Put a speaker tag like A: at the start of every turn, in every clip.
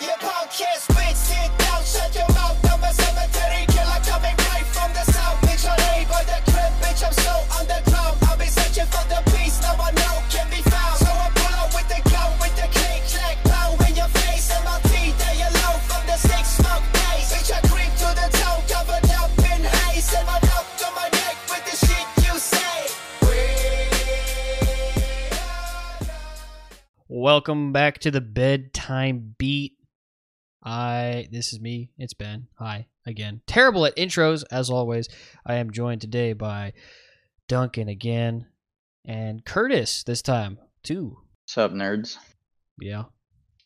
A: Your podcast went sit down, shut your mouth. I'm a cemetery killer coming right from the south. Bitch, I rave on the crib, bitch, I'm so underground. I've been searching for the peace, now I know can be found. So I pull up with the glow, with the click, clack, pow in your face. And my teeth, they alone from the six smoke days. Bitch, I creep to the toe, covered up in haze. And my mouth to my neck with the shit you say. We are
B: Welcome back to the bedtime beat. I this is me. It's Ben. Hi again. Terrible at intros as always. I am joined today by Duncan again and Curtis this time too.
C: What's up, nerds?
B: Yeah,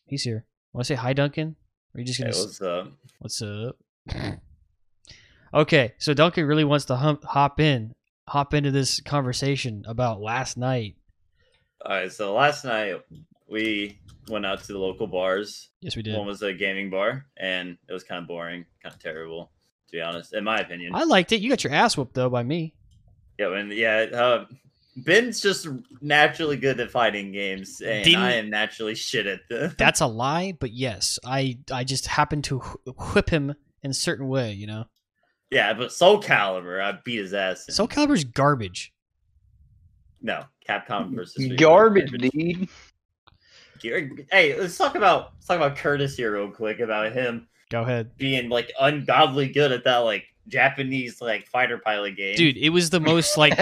B: he's here. Want to say hi, Duncan? Or are you just
D: It
B: gonna? s-
D: was uh,
B: What's up? okay, so Duncan really wants to hump, hop in, hop into this conversation about last night.
D: all right. So last night we went out to the local bars.
B: Yes, we did.
D: One was a gaming bar, and it was kind of boring, kind of terrible, to be honest, in my opinion.
B: I liked it. You got your ass whooped though by me.
D: yeah, and yeah, uh, Ben's just naturally good at fighting games, and
B: Didn't-
D: I am naturally shit at the.
B: that's a lie but yes i i just happen to wh- whip him in a certain way you know
D: yeah, but Soul Calibur, I beat his ass. in.
B: soul calibur's garbage
D: no, Capcom versus Street Fighter.
C: Garbage, dude.
D: Gar- Hey, let's talk about let's talk about Curtis here real quick about him
B: go ahead
D: being like ungodly good at that like Japanese like fighter pilot game.
B: dude it was the most like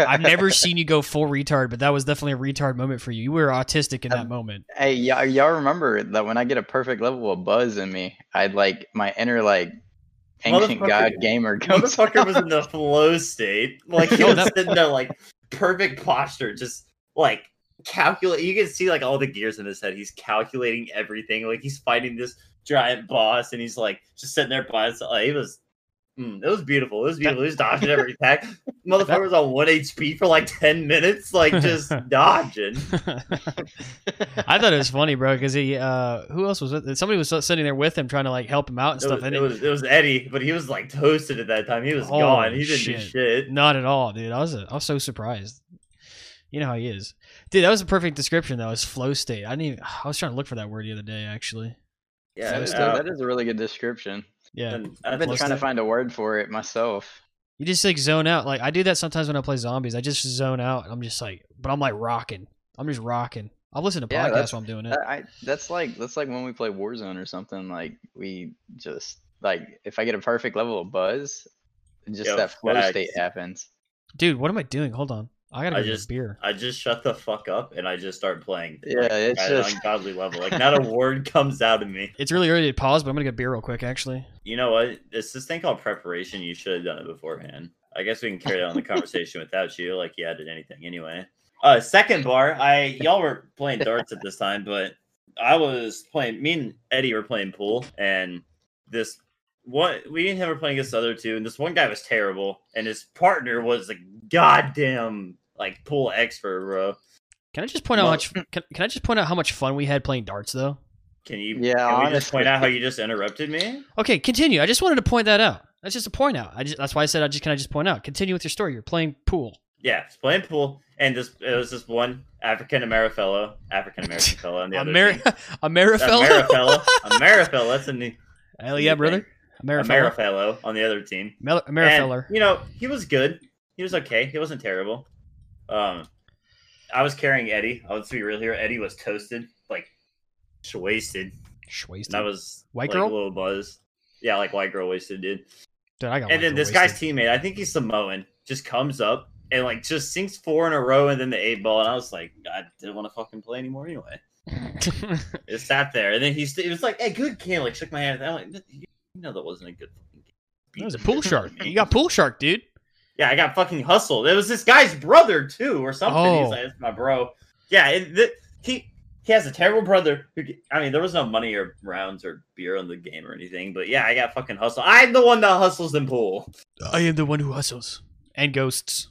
B: i've never seen you go full retard but that was definitely a retard moment for you you were autistic in that
C: Um,
B: moment
C: Hey, y'all, y'all remember that when I get a perfect level of buzz in me, I'd like my inner like ancient
D: Motherfucker-
C: god gamer comes.
D: motherfucker was in the flow state. Like he
B: No,
D: was
B: that-
D: sitting there like perfect posture, just like calculate you can see like all the gears in his head. He's calculating everything. Like he's fighting this giant boss and he's like just sitting there by himself. Like, he was mm, it was beautiful. It was beautiful. He was dodging every attack. Motherfucker was on one HP for like ten minutes, like just dodging.
B: i thought it was funny bro because he uh who else was with somebody was sitting there with him trying to like help him out and
D: It
B: stuff
D: was,
B: and
D: it
B: it-
D: was it was Eddie, but he was like toasted at that time. He was
B: Holy
D: gone. He didn't
B: Oh, shit.
D: do shit.
B: Not at all, dude. I was I was so surprised. You know how he is, dude. That was a perfect description. though. was flow state. I didn't. Even, I was trying to look for that word the other day, actually.
D: Yeah,
C: that, is,
D: uh,
C: that is a really good description.
B: Yeah,
D: and
C: I've been
B: Plus
C: trying to
B: that-
C: find a word for it myself.
B: you just like zone out. Like I do that sometimes when I play zombies. I just zone out. And I'm just like, but I'm like rocking. I'm just rocking. I've listened to
C: Yeah,
B: podcasts
C: that's-
B: while I'm doing it.
C: That- I, that's like that's like when we play Warzone or something. Like we just like if I get a perfect level of buzz, just
D: Yo,
C: that flow state
D: facts.
C: happens.
B: Dude, what am I doing? Hold on. I gotta
D: I
B: go get a
D: just-
B: beer.
D: I just shut the fuck up and I just start playing.
C: Yeah,
D: Like,
C: it's
D: at
C: just-
D: an ungodly level. Like not a word comes out of me.
B: It's really early to pause, but I'm gonna get a beer real quick, actually.
D: You know what? It's this thing called preparation. You should have done it beforehand. I guess we can carry on the conversation without you. Like you added anything anyway. Uh, second bar. I y'all were playing darts at this time, but I was playing. Me and Eddie were playing pool, and this one we didn't have her playing against the other two, and this one guy was terrible, and his partner was a goddamn like pool expert, bro.
B: Can I just point out how
D: Well-
B: much? Can, can I just point out how much fun we had playing darts, though?
D: Can you?
C: Yeah,
D: Can we just
C: honestly.
D: point out how you just interrupted me?
B: Okay, continue. I just wanted to point that out. That's just a point out. I just, that's why I said I just can I just point out. Continue with your story. You're playing pool.
D: Yeah, it's playing pool, and this it was this one African American fellow, African American fellow, and the other
B: Ameri-
D: team-
B: Amerifella.
D: Amerifellow, Amerifellow. That's a new
B: Hell yeah, brother. Amerifella.
D: Amerifellow on the other team.
B: Mel-
D: And,
B: Amerifeller.
D: you know, he was good. He was okay. He wasn't terrible. Um, I was carrying Eddie. I was to be real here. Eddie was toasted, like just wasted,
B: Sh- wasted.
D: and I was
B: White
D: like,
B: girl?
D: a little buzz. Yeah, like white girl wasted, dude.
B: Dude, I got
D: and
B: one
D: then
B: for
D: this
B: wasted.
D: guy's teammate, I think he's Samoan, just comes up and like just sinks four in a row and then the eight ball. And I was like, I didn't want to fucking play anymore anyway. It sat there. And then he, st- it was like, hey, good game. Like, shook my hand. I'm like, you know, that wasn't a good fucking game.
B: that was a
D: Beat
B: pool
D: the shit
B: shark.
D: out of me.
B: You got pool shark, dude.
D: yeah, I got fucking hustled. It was this guy's brother too, or something.
B: Oh.
D: He's like, it's my bro. Yeah, it, th- he he has a terrible brother. Who g- I mean, there was no money or rounds or beer on the game or anything. But yeah, I got fucking hustled. I'm the one that hustles in pool.
B: I am the one who hustles and ghosts.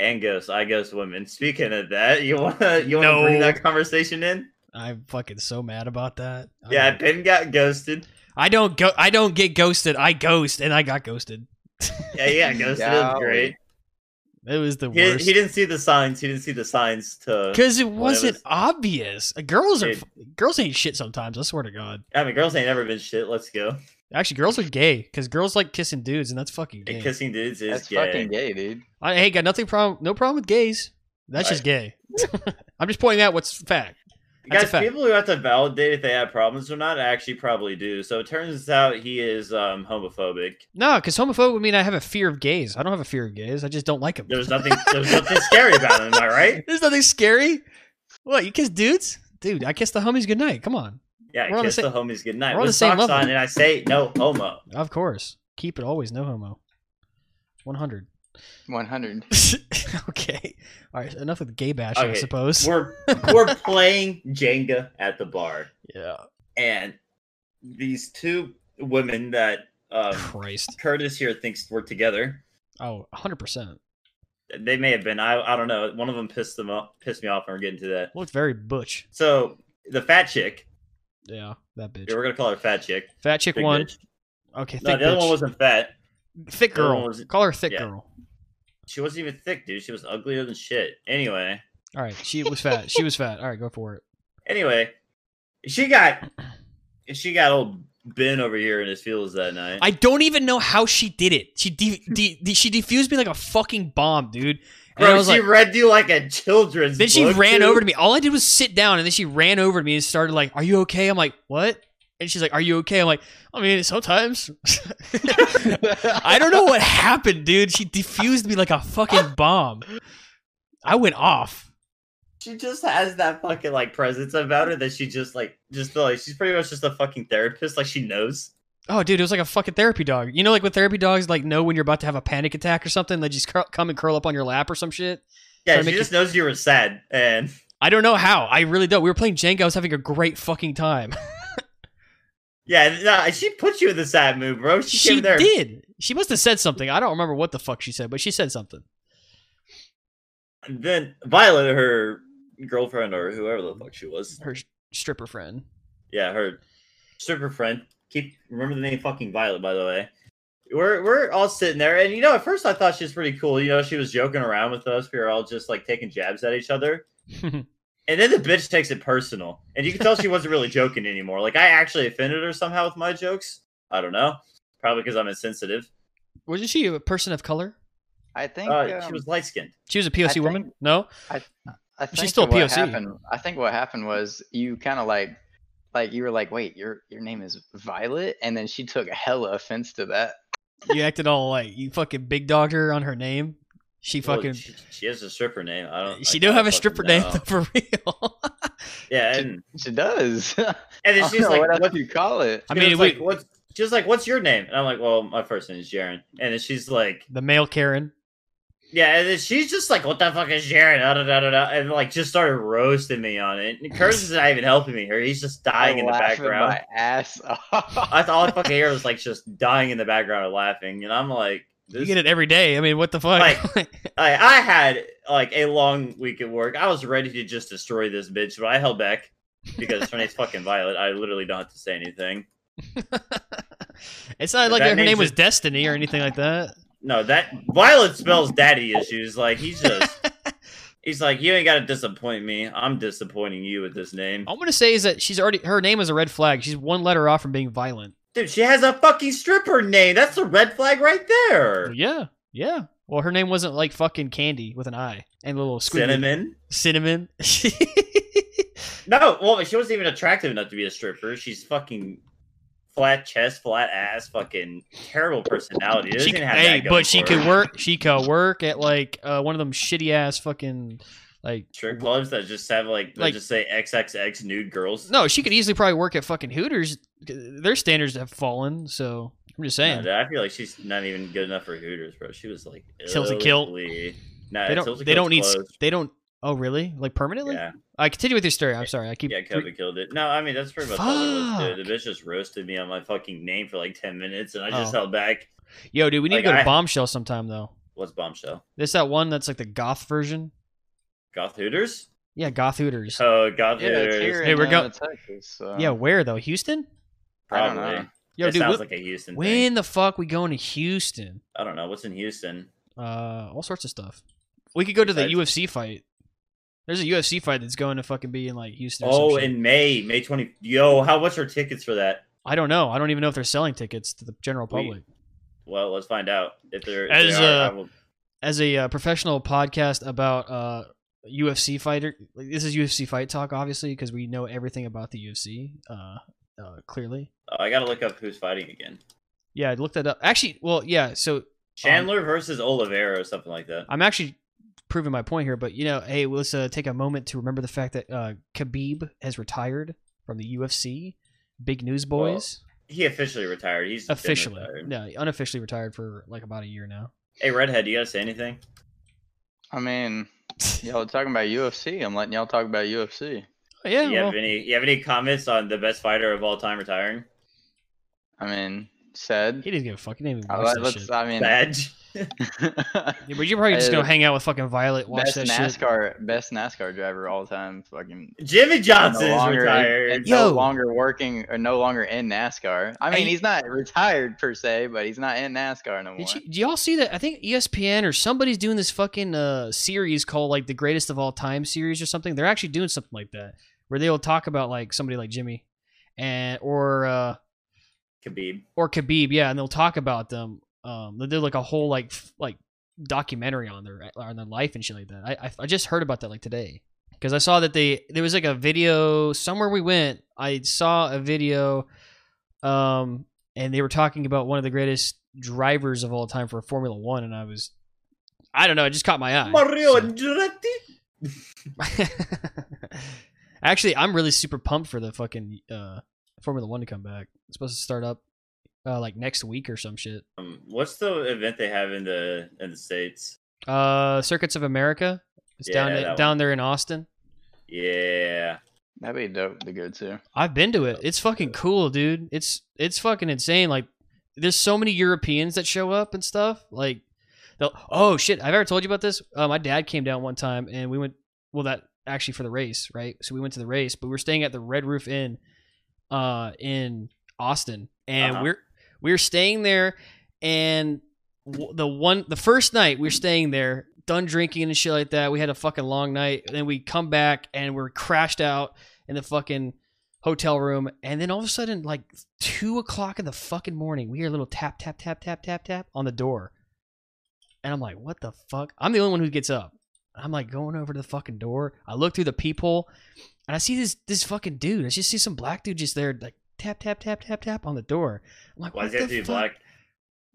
D: and ghosts. I ghost women. Speaking of that, you wanna you wanna bring
B: No.
D: that conversation in?
B: I'm fucking so mad about that. I
D: Yeah,
C: Uh-huh.
B: don't-
D: Ben got ghosted.
B: I don't go. I don't get ghosted. I ghost, and I got ghosted.
D: Yeah, yeah, ghosted is
C: Golly.
D: great.
B: It was the
D: He,
B: worst.
D: he didn't see the signs. He didn't see the signs to.
B: Because it wasn't
D: was-
B: obvious. Girls are
D: Dude.
B: f girls ain't shit sometimes. I swear to God.
D: I mean, girls ain't ever been shit. Let's go.
B: Actually, girls are gay because girls like kissing dudes, and that's fucking
D: And
B: gay.
D: Kissing dudes is
C: That's
D: gay.
C: fucking gay, dude.
B: I hey, got nothing problem. No problem with gays. That's just gay. I'm just pointing out what's fact. That's a
D: Guys,
B: fact.
D: people who have to validate if they have problems or not actually probably do. So it turns out he is um, homophobic.
B: No, because homophobe would mean I have a fear of gays. I don't have a fear of gays. I just don't like them.
D: There's nothing. there's nothing scary about him. Am I right?
B: There's nothing scary. What you kiss dudes, dude? I kiss the homies goodnight. Come on,
D: Yeah,
B: We're on the
D: kiss the,
B: sa-
D: homies goodnight
B: we're on the
D: with
B: same
D: socks
B: level.
D: on, and I say no homo.
B: of course. Keep it always no homo. One hundred.
C: 100.
B: okay. All right. Enough with gay bashing, I
D: Okay,
B: suppose.
D: We're we're playing Jenga at the bar,
B: Yeah.
D: and these two women that um,
B: Christ.
D: Curtis here thinks we're together.
B: Oh, 100 percent.
D: They may have been. I I don't know. One of them pissed them off. Pissed me off. And we're getting to that.
B: Looks very butch.
D: So the fat chick.
B: Yeah, that bitch.
D: We're gonna call her fat chick.
B: Fat chick
D: Big
B: one.
D: bitch.
B: Okay, thick
D: No, the other
B: bitch.
D: one wasn't fat.
B: thick
D: the other
B: girl.
D: one was-
B: Call her thick
D: yeah.
B: girl.
D: She wasn't even thick, dude. She was uglier than shit. Anyway,
B: All right, she was fat. she was fat. All right, go for it.
D: anyway, she got she got old Ben over here in his feels that night.
B: I don't even know how she did it. She de- de- de- she defused me like a fucking bomb, dude. And
D: Bro,
B: I was
D: she
B: like,
D: read you like a children's.
B: then she
D: book,
B: ran
D: dude.
B: over to me. All I did was sit down, and then she ran over to me and started like, "Are you okay?" I'm like, "What?" And she's like, "Are you okay?" I'm like, "I mean, sometimes." I don't know what happened, dude. She defused me like a fucking bomb. I went off.
D: She just has that fucking like presence about her that she just like just like she's pretty much just a fucking therapist. Like she knows.
B: Oh, dude, it was like a fucking therapy dog. You know, like when therapy dogs like know when you're about to have a panic attack or something, they just curl, come and curl up on your lap or some shit. Trying
D: Yeah,
B: to
D: she
B: make
D: just knows you were sad, and
B: I don't know how. I really don't. We were playing Jenga. I was having a great fucking time.
D: yeah, nah, she put you in the sad mood, bro. She,
B: She
D: came there.
B: did. She must have said something. I don't remember what the fuck she said, but she said something.
D: And then Violet, her girlfriend or whoever the fuck she was,
B: Her sh- stripper friend.
D: Yeah, her stripper friend. Keep remember the name fucking Violet, by the way. We're we're all sitting there, and you know, at first I thought she was pretty cool. You know, she was joking around with us. We were all just like taking jabs at each other. And then the bitch takes it personal, and you can tell she wasn't really joking anymore. Like I actually offended her somehow with my jokes. I don't know, probably because I'm insensitive.
B: Wasn't she a person of color?
C: I think
D: Uh, she
C: um,
D: was light skinned.
B: She was a POC
C: think-
B: woman. No,
C: I
B: She's
C: think
B: still
C: that what
B: POC.
C: Happened, I think what happened was you kind of like, like you were like, wait, your your name is Violet, and then she took hella offense to that.
B: you acted all like you fucking big dogged her on her name. She fucking.
D: she, she has a stripper name. I don't.
B: She
D: I
B: do
D: don't
B: have a
D: fucking
B: stripper name
D: know.
B: though, for real.
D: Yeah, and,
C: She does. I
D: and then
C: don't
D: she's
C: know
D: like,
C: what else
D: "What
C: you call it?
B: I
D: I mean,
B: mean,
D: like,
B: we-
D: what's she's like, what's your name? And I'm like, well, my first name is Jaren. And then she's like,
B: the male Karen.
D: yeah, and then she's just like, what the fuck is Jaren? Da, da, da, da, da, and like, just started roasting me on it. And Curtis is not even helping me here. He's just dying in the
C: laughing
D: background.
C: My ass off.
D: I thought all I fucking hear was like just dying in the background laughing. And I'm like,
B: You
D: this,
B: get it every day. I mean, what the fuck?
D: Like- I, I had like a long week at work. I was ready to just destroy this bitch, but I held back because her name's fucking Violet. I literally don't have to say anything.
B: it's not like
D: That
B: her
D: name's
B: name was
D: just-
B: Destiny or anything like that.
D: No, that Violet spells daddy issues. Like he's just he's like, you ain't gotta disappoint me. I'm disappointing you with this name.
B: All I'm gonna say is that she's already her name is a red flag. She's one letter off from being violent.
D: Dude, she has a fucking stripper name. That's a red flag right there.
B: Yeah, yeah. Well, her name wasn't like fucking candy with an I and a little squiggly. Cinnamon.
D: Cinnamon. No, well, she wasn't even attractive enough to be a stripper. She's fucking flat chest, flat ass, fucking terrible personality. She
B: she,
D: doesn't have
B: hey,
D: that going
B: but she
D: for
B: could
D: her.
B: work. She could work at like uh, one of them shitty ass fucking like.
D: strip clubs that just have like,
B: Like-
D: like just say XXX nude girls.
B: No, she could easily probably work at fucking Hooters. Their standards have fallen. So I'm just saying.
D: No, I feel like she's not even good enough for Hooters, bro. She was like
B: Tilts a kilt.
D: ugly. Nah,
B: they
D: Tilts
B: don't. They
D: a kilt's
B: don't need. s-
D: closed.
B: They don't. Oh, really? Like permanently?
D: Yeah,
B: I continue with your story. I'm sorry. I keep.
D: yeah,
B: re-
D: Kobe killed it. No, I mean that's pretty much all there was. Dude.
B: Fuck.
D: The bitch just roasted me on my fucking name for like ten minutes, and I just
B: Oh.
D: held back.
B: Yo, dude, we need
D: Like,
B: to go to
D: I-
B: Bombshell sometime though.
D: What's bombshell?
B: There's that one that's like the goth version.
D: Goth Hooters?
B: Yeah, goth Hooters.
D: Oh, Goth
C: Yeah, it's
D: Hooters.
C: here
B: Hey,
C: in,
B: we're go-
C: uh, Texas. So.
B: yeah, where though? Houston?
C: I don't
D: Probably.
C: know.
B: Yo,
D: Oh, it
B: dude,
D: sounds
B: wh-
D: like a Houston
B: when
D: thing.
B: the fuck we going to Houston?
D: I don't know what's in Houston.
B: Uh, all sorts of stuff. We could go to the
D: Besides-
B: UFC fight. There's a UFC fight that's going to fucking be in like Houston. Or some
D: Oh,
B: shit.
D: in May, May twenty. Yo, how much are tickets for that?
B: I don't know. I don't even know if they're selling tickets to the general
D: We-
B: public.
D: Well, let's find out if there. If
B: As,
D: they are, I
B: uh,
D: will-
B: As a uh, professional podcast about uh, UFC fighter, like, this is UFC fight talk, obviously, because we know everything about the UFC. Uh, uh, clearly,
D: oh, I gotta look up who's fighting
B: um,
D: again.
B: yeah. I looked that up. Actually, well, yeah. So um,
D: Chandler versus Oliveira or something like that.
B: I'm actually proving my point here, but you know, hey, let's uh, take a moment to remember the fact that uh, Khabib has retired from the UFC. Big news,
D: Well,
B: boys.
D: He officially retired. He's been
B: officially,
D: retired.
B: no, unofficially retired for like about a year now.
D: Hey, redhead, you gotta say anything?
C: I mean, y'all are talking about UFC. I'm letting y'all talk about UFC.
B: Oh, yeah,
D: you
B: well,
D: have any? You have any comments on the best fighter of all time retiring?
C: I mean, said.
B: he didn't give a fuck. He didn't even
C: I,
B: watch that
C: let's,
B: shit.
C: I mean,
D: Badge.
B: Yeah, but you're probably just
C: uh,
B: gonna hang out with fucking Violet, watch
C: best
B: that shit.
C: NASCAR, best NASCAR driver all time. Fucking
D: Jimmy
C: no
D: Johnson is
C: longer,
D: retired.
C: and no
B: Yo.
C: longer working or no longer in NASCAR. I mean,
B: Hey.
C: he's not retired per se, but he's not in NASCAR no more.
B: Did you, do y'all see that? I think E ESPN or somebody's doing this fucking uh, series called like the greatest of all time series or something. They're actually doing something like that where they'll talk about like somebody like Jimmy and or uh,
D: Khabib.
B: or Khabib, yeah, and they'll talk about them. Um, they did like a whole like f- like documentary on their uh, on their life and shit like that. I I, I just heard about that like today because I saw that they there was like a video somewhere we went. I saw a video, um, and they were talking about one of the greatest drivers of all time for Formula One, and I was, I don't know, it just caught my eye.
D: Mario
B: so-
D: Andretti.
B: Actually, I'm really super pumped for the fucking uh, Formula One to come back. It's supposed to start up uh, like next week or some shit.
D: Um, what's the event they have in the in the states?
B: Uh, Circuits of America. It's down
D: Yeah,
B: at-
D: that one.
B: down there in Austin.
D: Yeah,
C: That'd be dope to go to.
B: I've been to it. It's fucking cool, dude. It's it's fucking insane. Like, there's so many Europeans that show up and stuff. Like, they'll, oh shit, I've ever told you about this. Uh, my dad came down one time and we went. Well, that actually for the race, right? So we went to the race, but we were staying at the Red Roof Inn, uh, in Austin, and
D: Uh-huh.
B: we're we were staying there, and w- the one the first night we were staying there, done drinking and shit like that. We had a fucking long night, and then we come back and we're crashed out in the fucking hotel room, and then all of a sudden, like two o'clock in the fucking morning, we hear a little tap tap tap tap tap tap on the door, and I'm like, what the fuck? I'm the only one who gets up. I'm like going over to the fucking door. I look through the peephole, and I see this this fucking dude. I just see some black dude just there, like tap tap tap tap tap on the door. I'm like,
D: why
B: what
D: does it have
B: the
D: to be
B: fuck?
D: black?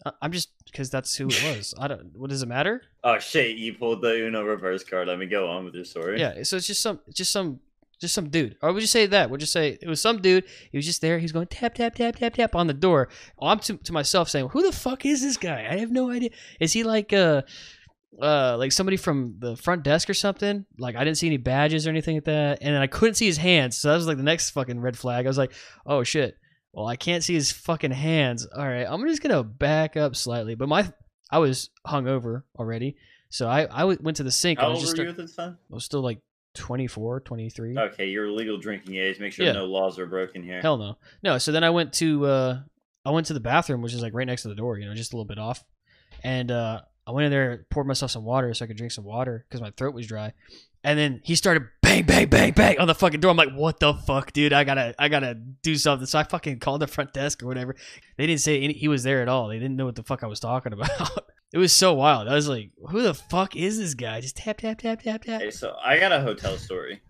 B: I- I'm just because that's who it was. I don't. What does it matter?
D: Oh shit! You pulled the Uno reverse card. Let me go on with your story.
B: Yeah. So it's just some, just some, just some dude. Or would you say that? Would you say it was some dude? He was just there. He was going tap tap tap tap tap on the door. I'm to, to myself saying, who the fuck is this guy? I have no idea. Is he like uh, uh, like somebody from the front desk or something? Like I didn't see any badges or anything like that, and then I couldn't see his hands. So that was like the next fucking red flag. I was like, oh shit. Well, I can't see his fucking hands. All right, I'm just gonna back up slightly. But my, I was hungover already, so I I w- went to the sink. and I
D: How
B: was
D: old were
B: just
D: you at this time?
B: I was still like 24, 23.
D: Okay, your legal drinking age. Make sure
B: Yeah.
D: no laws are broken here.
B: Hell no. No, so then I went to uh I went to the bathroom, which is like right next to the door, you know, just a little bit off. And uh I went in there, poured myself some water so I could drink some water because my throat was dry. And then he started bang, bang, bang, bang on the fucking door. I'm like, what the fuck, dude? I gotta I gotta do something. So I fucking called the front desk or whatever. They didn't say any, he was there at all. They didn't know what the fuck I was talking about. It was so wild. I was like, who the fuck is this guy? Just tap, tap, tap, tap, tap.
D: Hey, so I got a hotel story.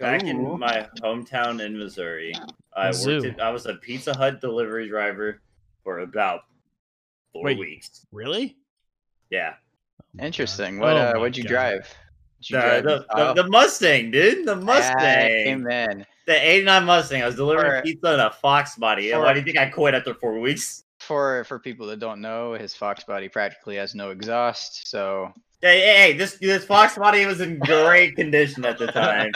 D: Back in my hometown in Missouri, I
B: Mizzou.
D: worked. At, I was a Pizza Hut delivery driver for about four
B: Wait.
D: weeks.
B: Really?
D: Yeah,
C: Interesting. What
B: Oh
C: uh,
B: my
C: what'd you
B: God.
C: drive? Did you
D: the,
C: drive
D: the,
C: oh,
D: the, the Mustang, dude, the Mustang,
C: Amen.
D: the '89 Mustang. I was delivering
C: For-
D: pizza in a Fox body. Yeah,
C: for-
D: Why do you think I quit after four weeks?
C: For for people that don't know, his Fox body practically has no exhaust, so
D: Hey, hey, hey, this this Fox body was in great condition at the time.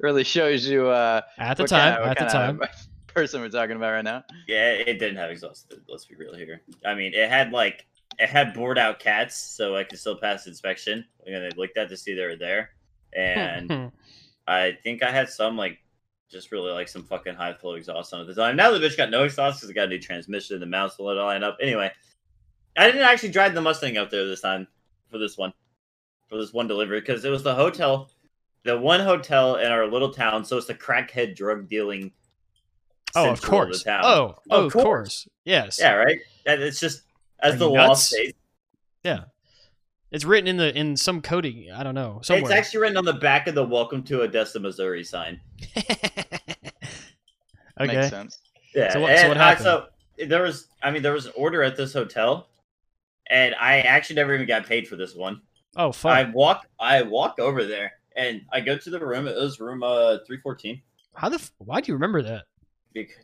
C: really shows you uh
B: At the
C: what
B: time,
C: kinda- what
B: at the
C: kinda
B: time.
C: person we're talking about right now.
D: Yeah, it didn't have exhaust. Let's be real here. I mean, it had like it had bored out cats, so I could still pass inspection. And I looked at to see they were there,
B: Hmm.
D: and I think I had some like just really like some fucking high flow exhaust on at the time. Now the bitch got no exhaust because it got a new transmission. The mounts will line up. Anyway, I didn't actually drive the Mustang up there this time for this one. for this one delivery because it was the hotel, the one hotel in our little town. So it's the crackhead drug dealing.
B: Oh,
D: central
B: of course.
D: the town.
B: Oh, oh, of
D: Of
B: course.
D: course.
B: Yes.
D: yeah, right. And it's just as
B: Are
D: the
B: you
D: law
B: nuts?
D: states.
B: Yeah. It's written in the in some coding. I don't know somewhere.
D: It's actually written on the back of the "Welcome to Odessa, Missouri" sign.
B: okay.
C: Makes sense.
D: Yeah.
B: So what- so
D: and
B: what
D: I- so there was, I mean, there was an order at this hotel, and I actually never even got paid for this one.
B: Oh fuck.
D: I walk, I walk over there, and I go to the room. It was room uh three fourteen.
B: How the? F- why do you remember that?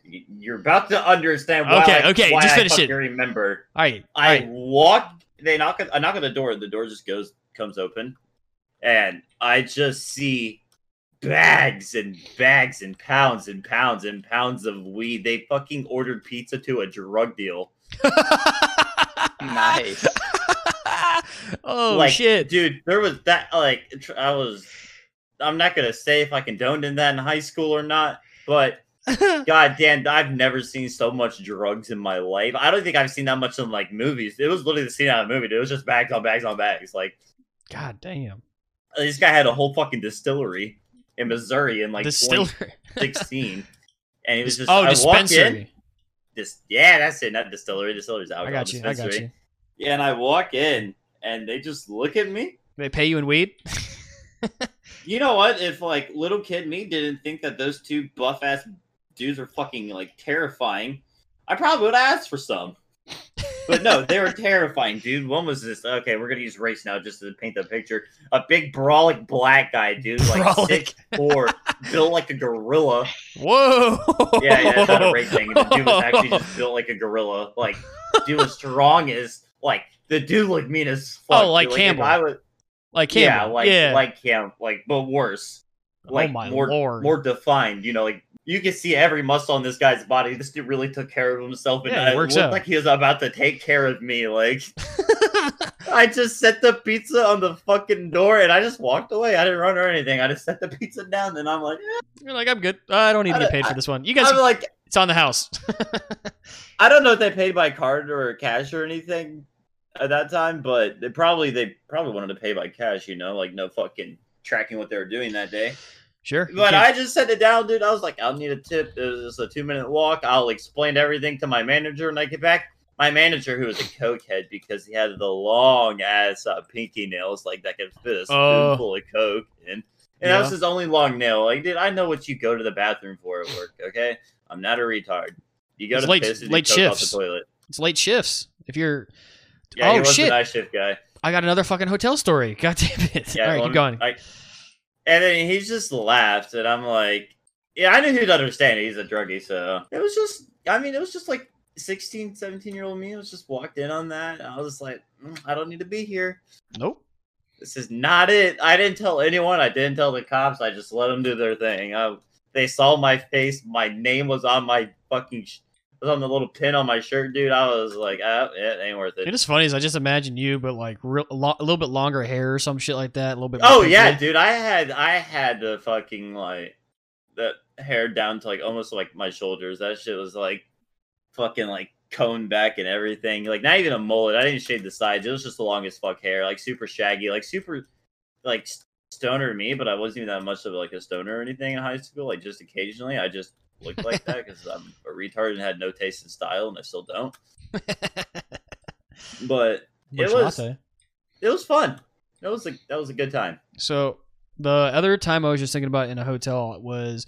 D: You're about to understand. Why
B: Okay,
D: I,
B: okay,
D: why
B: just
D: I
B: finish it.
D: fucking Remember,
B: All right. All
D: I
B: right.
D: walked. They knock. on- I knock on the door. The door just goes, comes open, and I just see bags and bags and pounds and pounds and pounds of weed. They fucking ordered pizza to a drug deal.
C: Nice.
B: oh
D: like,
B: shit.
D: dude. There was that. Like, tr- I was. I'm not gonna say if I condoned in that in high school or not, but God damn, I've never seen so much drugs in my life. I don't think I've seen that much in like movies. It was literally the scene out of a movie. Dude. It was just bags on bags on bags. Like
B: God damn.
D: this guy had a whole fucking distillery in Missouri in like
B: Distillery.
D: 2016, and it was just
B: oh,
D: I Walk in, Oh,
B: dispensary.
D: dis- yeah, that's it. Not distillery. Distillery's out.
B: I got you. I got you.
D: Yeah, and I walk in, and they just look at me.
B: They pay you in weed.
D: You know what? If like little kid me didn't think that those two buff ass dudes were fucking like terrifying, I probably would ask for some. But no, they were terrifying, dude. One was this. Okay, we're gonna use race now just to paint the picture. A big brolic black guy, dude, like
B: Brolic.
D: six four, built like a gorilla.
B: Whoa.
D: Yeah, yeah, that's not a race thing. The dude was actually just built like a gorilla. Like, dude was strong as like the dude looked mean as fuck.
B: Oh, like
D: dude. if
B: Campbell.
D: I was,
B: like him.
D: yeah, like
B: yeah.
D: like him, like but worse like
B: oh my
D: more
B: lord.
D: more defined. You know, like you can see every muscle on this guy's body. This dude really took care of himself, and
B: Yeah, he
D: it
B: works
D: looked
B: out.
D: like he was about to take care of me. Like I just set the pizza on the fucking door, and I just walked away. I didn't run or anything. I just set the pizza down, and I'm like, eh.
B: You're like I'm good. I don't need to
D: I
B: get
D: don't-
B: paid for this one. You guys,
D: I'm like,
B: it's on the house.
D: I don't know if they paid by card or cash or anything at that time, but they probably they probably wanted to pay by cash. You know, like no fucking tracking what they were doing that day.
B: sure. you
D: But
B: can't-
D: I just set it down, dude. I was like, I'll need a tip. It was just a two minute walk. I'll explain everything to my manager when I get back. My manager, who was a cokehead because he had the long ass uh, pinky nails, like that could fit a
B: Oh.
D: spoonful of coke in. And that was
B: Yeah.
D: his only long nail. Like, dude, I know what you go to the bathroom for at work. Okay, I'm not a retard. You go
B: It's
D: to
B: late-
D: piss and
B: late
D: you coke off
B: shifts.
D: the toilet.
B: it's late shifts. If you're,
D: Yeah, he
B: oh
D: was
B: shit,
D: a night shift guy.
B: I got another fucking hotel story. God damn it.
D: Yeah,
B: All right,
D: well,
B: keep going.
D: I, and then he just laughed, and I'm like, yeah, I knew he'd understand it. He's a druggie, so it was just, I mean, it was just like 16, 17 year old me was just walked in on that. And I was like, "Mm, I don't need to be here.
B: nope.
D: This is not it. I didn't tell anyone. I didn't tell the cops. I just let them do their thing. I, they saw my face. My name was on my fucking, sh- was on the little pin on my shirt, dude. I was like, oh, it ain't worth
B: It is funny is I just imagine you, but like real, a, lo- a little bit longer hair or some shit like that. A little bit. more
D: Oh yeah,
B: pimple.
D: dude, I had I had the fucking like that hair down to like almost like my shoulders. That shit was like fucking like coned back and everything. Like not even a mullet. I didn't shave the sides. It was just the longest fuck hair, like super shaggy, like super like s- stoner to me. But I wasn't even that much of like a stoner or anything in high school. Like just occasionally, I just looked like that because I'm a retard and had no taste in style, and I still don't. But
B: Bunch
D: it
B: of
D: was
B: latte.
D: it was fun. That was a that was a good time.
B: So the other time I was just thinking about in a hotel was,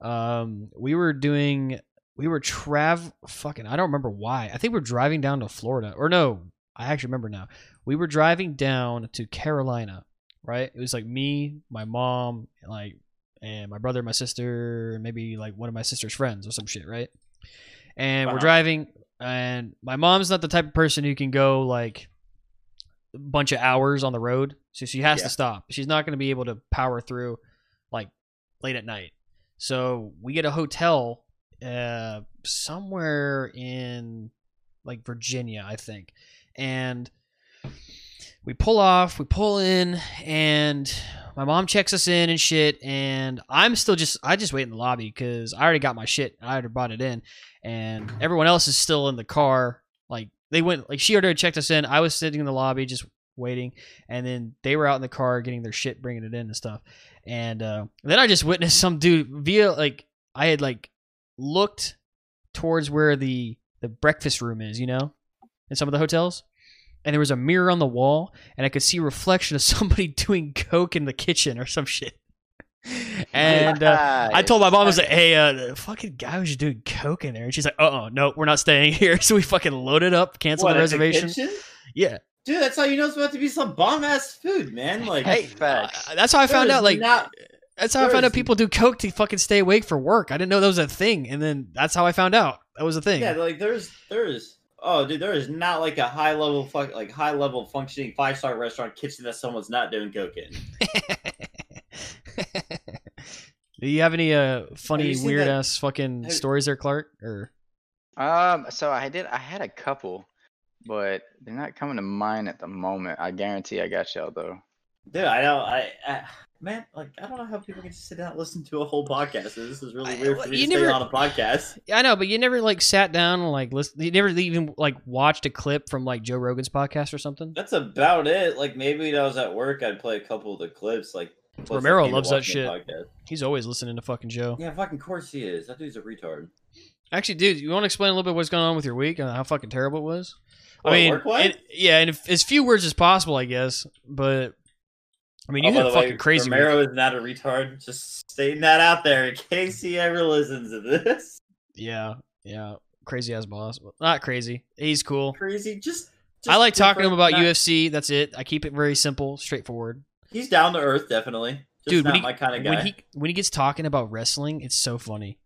B: um, we were doing we were trav fucking I don't remember why I think we are driving down to Florida or no I actually remember now we were driving down to Carolina right it was like me my mom like and my brother my sister and maybe like one of my sister's friends or some shit right and we're
D: Uh-huh.
B: driving and my mom's not the type of person who can go like a bunch of hours on the road so she has
D: Yeah.
B: to stop she's not going to be able to power through like late at night so we get a hotel uh somewhere in like Virginia, I think. And we pull off, we pull in, and my mom checks us in and shit. And I'm still just, I just wait in the lobby because I already got my shit. I already brought it in. And everyone else is still in the car. Like, they went, like, she already checked us in. I was sitting in the lobby just waiting, and then they were out in the car getting their shit, bringing it in and stuff. And uh, then I just witnessed some dude via like I had like looked towards where the the breakfast room is, you know, in some of the hotels. And there was a mirror on the wall, and I could see a reflection of somebody doing coke in the kitchen or some shit. And uh, I told my mom, I was like, hey, uh, the fucking guy was just doing coke in there. And she's like, uh oh, no, we're not staying here. So we fucking loaded up, canceled
D: What,
B: the
D: at the
B: reservation.
D: kitchen?
B: yeah.
D: Dude, that's how you know it's about to be some bomb ass food, man. Like,
C: Hey,
B: Uh,
C: facts.
B: that's how I
D: there
B: found
D: is
B: out. Like,
D: not-
B: that's how I
D: there
B: found out
D: is-
B: people do coke to fucking stay awake for work. I didn't know that was a thing. And then that's how I found out that was a thing.
D: yeah, like there's there's oh dude, there is not like a high level fuck like high level functioning five star restaurant kitchen that someone's not doing coke in.
B: do you have any uh, funny,
D: seen
B: weird
D: that-
B: ass fucking
D: have-
B: stories there, Clark? Or
C: Um, so I did. I had a couple, but they're not coming to mind at the moment. I guarantee I got y'all though.
D: Dude, I know I, I man, like I don't know how people can just sit down and listen to a whole podcast. This is really
B: I-
D: weird
B: well,
D: for me
B: you
D: to
B: never-
D: stay on a podcast.
B: I know, but you never like sat down and like listen. You never even like watched a clip from like Joe Rogan's podcast or something.
D: That's about it. Like maybe when I was at work, I'd play a couple of the clips. Like plus, like,
B: Romero
D: you
B: loves that
D: watching the
B: shit.
D: podcast.
B: He's always listening to fucking Joe.
D: Yeah, fucking course he is. That dude's a retard.
B: Actually, dude, you want to explain a little bit what's going on with your week and how fucking terrible it was?
D: What,
B: I mean,
D: work-wise?
B: and- yeah, and if, as few words as possible, I guess. But I mean, you
D: Oh, by
B: had a
D: the way,
B: fucking crazy. week.
D: Romero is not a retard. Just stating that out there in case he ever listens to this.
B: Yeah, yeah, crazy ass boss. Well, Not crazy. He's cool.
D: Crazy. Just.
B: I like talking to him about
D: you.
B: UFC. That's it. I keep it very simple, straightforward.
D: He's down to earth, definitely. Just
B: Dude,
D: Dude,
B: when
D: not
B: he-
D: my kind of guy.
B: When he when he gets talking about wrestling, it's so funny.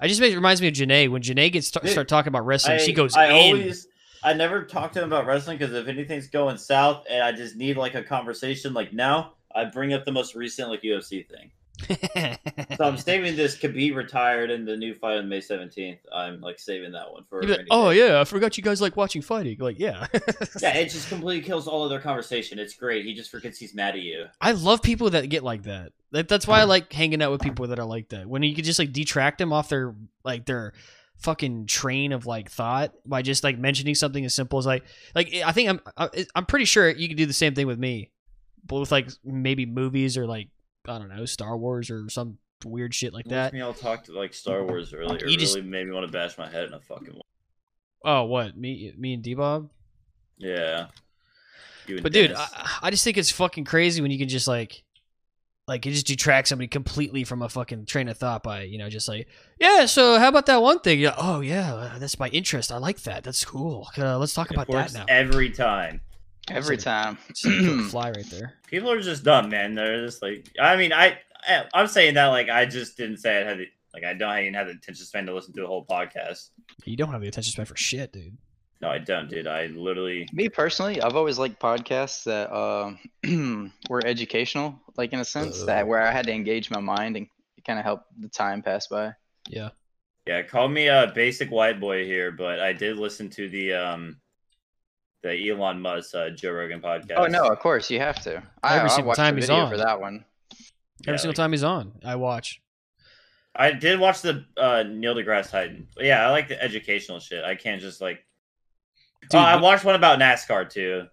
B: I just it reminds me of Janae. When Janae gets
D: Dude,
B: start talking about wrestling, she goes
D: I
B: in.
D: always, I never talk to him about wrestling because if anything's going south and I just need like a conversation, like now I bring up the most recent like UFC thing. So I'm saving this Khabib retired and the new fight on May 17th. I'm like saving that one for.
B: You'd be like,
D: rainy
B: oh
D: day."
B: yeah, I forgot you guys like watching fighting. Like yeah,
D: yeah, it just completely kills all other conversation. It's great. He just forgets he's mad at you.
B: I love people that get like that. that. That's why I like hanging out with people that are like that. When you could just like detract them off their like their fucking train of like thought by just like mentioning something as simple as like like I think I'm I- I'm pretty sure you could do the same thing with me, but with like maybe movies or like I don't know Star Wars or some weird shit like that.
D: We all talked like Star Wars earlier.
B: You just-
D: really made me want to bash my head in a fucking wall.
B: Oh what me me and D Bob.
D: Yeah. You and
B: But dude,
D: Dennis.
B: I, I just think it's fucking crazy when you can just like, like you just detract somebody completely from a fucking train of thought by you know just like, yeah. So how about that one thing? You're like, oh yeah, uh, that's my interest. I like that. That's cool. Uh, let's talk
D: It
B: about that
D: works
B: now.
D: every time.
C: Every
B: Sorry.
C: time.
B: Just like a fly right there.
D: People are just dumb, man. They're just like, I mean, I, I I'm saying that like I just didn't say I had the, like I don't even have the attention span to listen to a whole podcast.
B: You don't have the attention span for shit, dude.
D: No, I don't, dude. I literally,
C: Me personally, I've always liked podcasts that um, were educational, like in a sense that where I had to engage my mind and kind of help the time pass by.
B: Yeah.
D: yeah, call me a basic white boy here, but I did listen to the um the Elon Musk uh, Joe Rogan podcast.
C: Oh no, of course you have to. I,
B: Every
C: I
B: single
C: watched
B: time
C: the
B: he's
C: video
B: on.
C: for that one.
B: Every
D: Yeah,
B: single
D: like-
B: time he's on, I watch.
D: I did watch the uh, Neil deGrasse Tyson. But yeah, I like the educational shit. I can't just like.
B: Dude,
D: oh, I
B: but-
D: watched one about NASCAR too.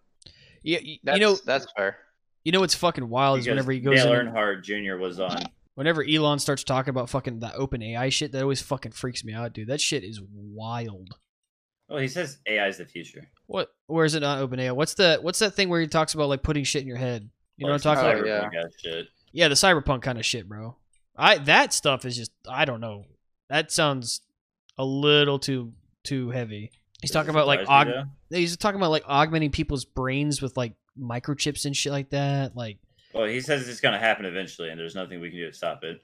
B: Yeah, you,
C: That's,
B: you know,
C: that's fair.
B: you know what's fucking wild is
D: because
B: Oh, whenever he goes in,
D: Dale
B: and-
D: Earnhardt Jr. was on.
B: whenever Elon starts talking about fucking that open AI shit, that always fucking freaks me out, dude. That shit is wild.
D: Well, Oh, he says AI is the future.
B: What? Where is it not open AI? What's the What's that thing where he talks about like putting shit in your head? You know what I'm talking
C: Oh,
B: about?
C: yeah.
D: Cyberpunk ass shit.
B: Yeah, the cyberpunk kind of shit, bro. I that stuff is just I don't know. That sounds a little too too heavy. He's
D: Does
B: talking
D: it
B: about like
D: surprise
B: aug-
D: you,
B: he's talking about like augmenting people's brains with like microchips and shit like that. Like
D: though? Well, he says it's going to happen eventually, and there's nothing we can do to stop it.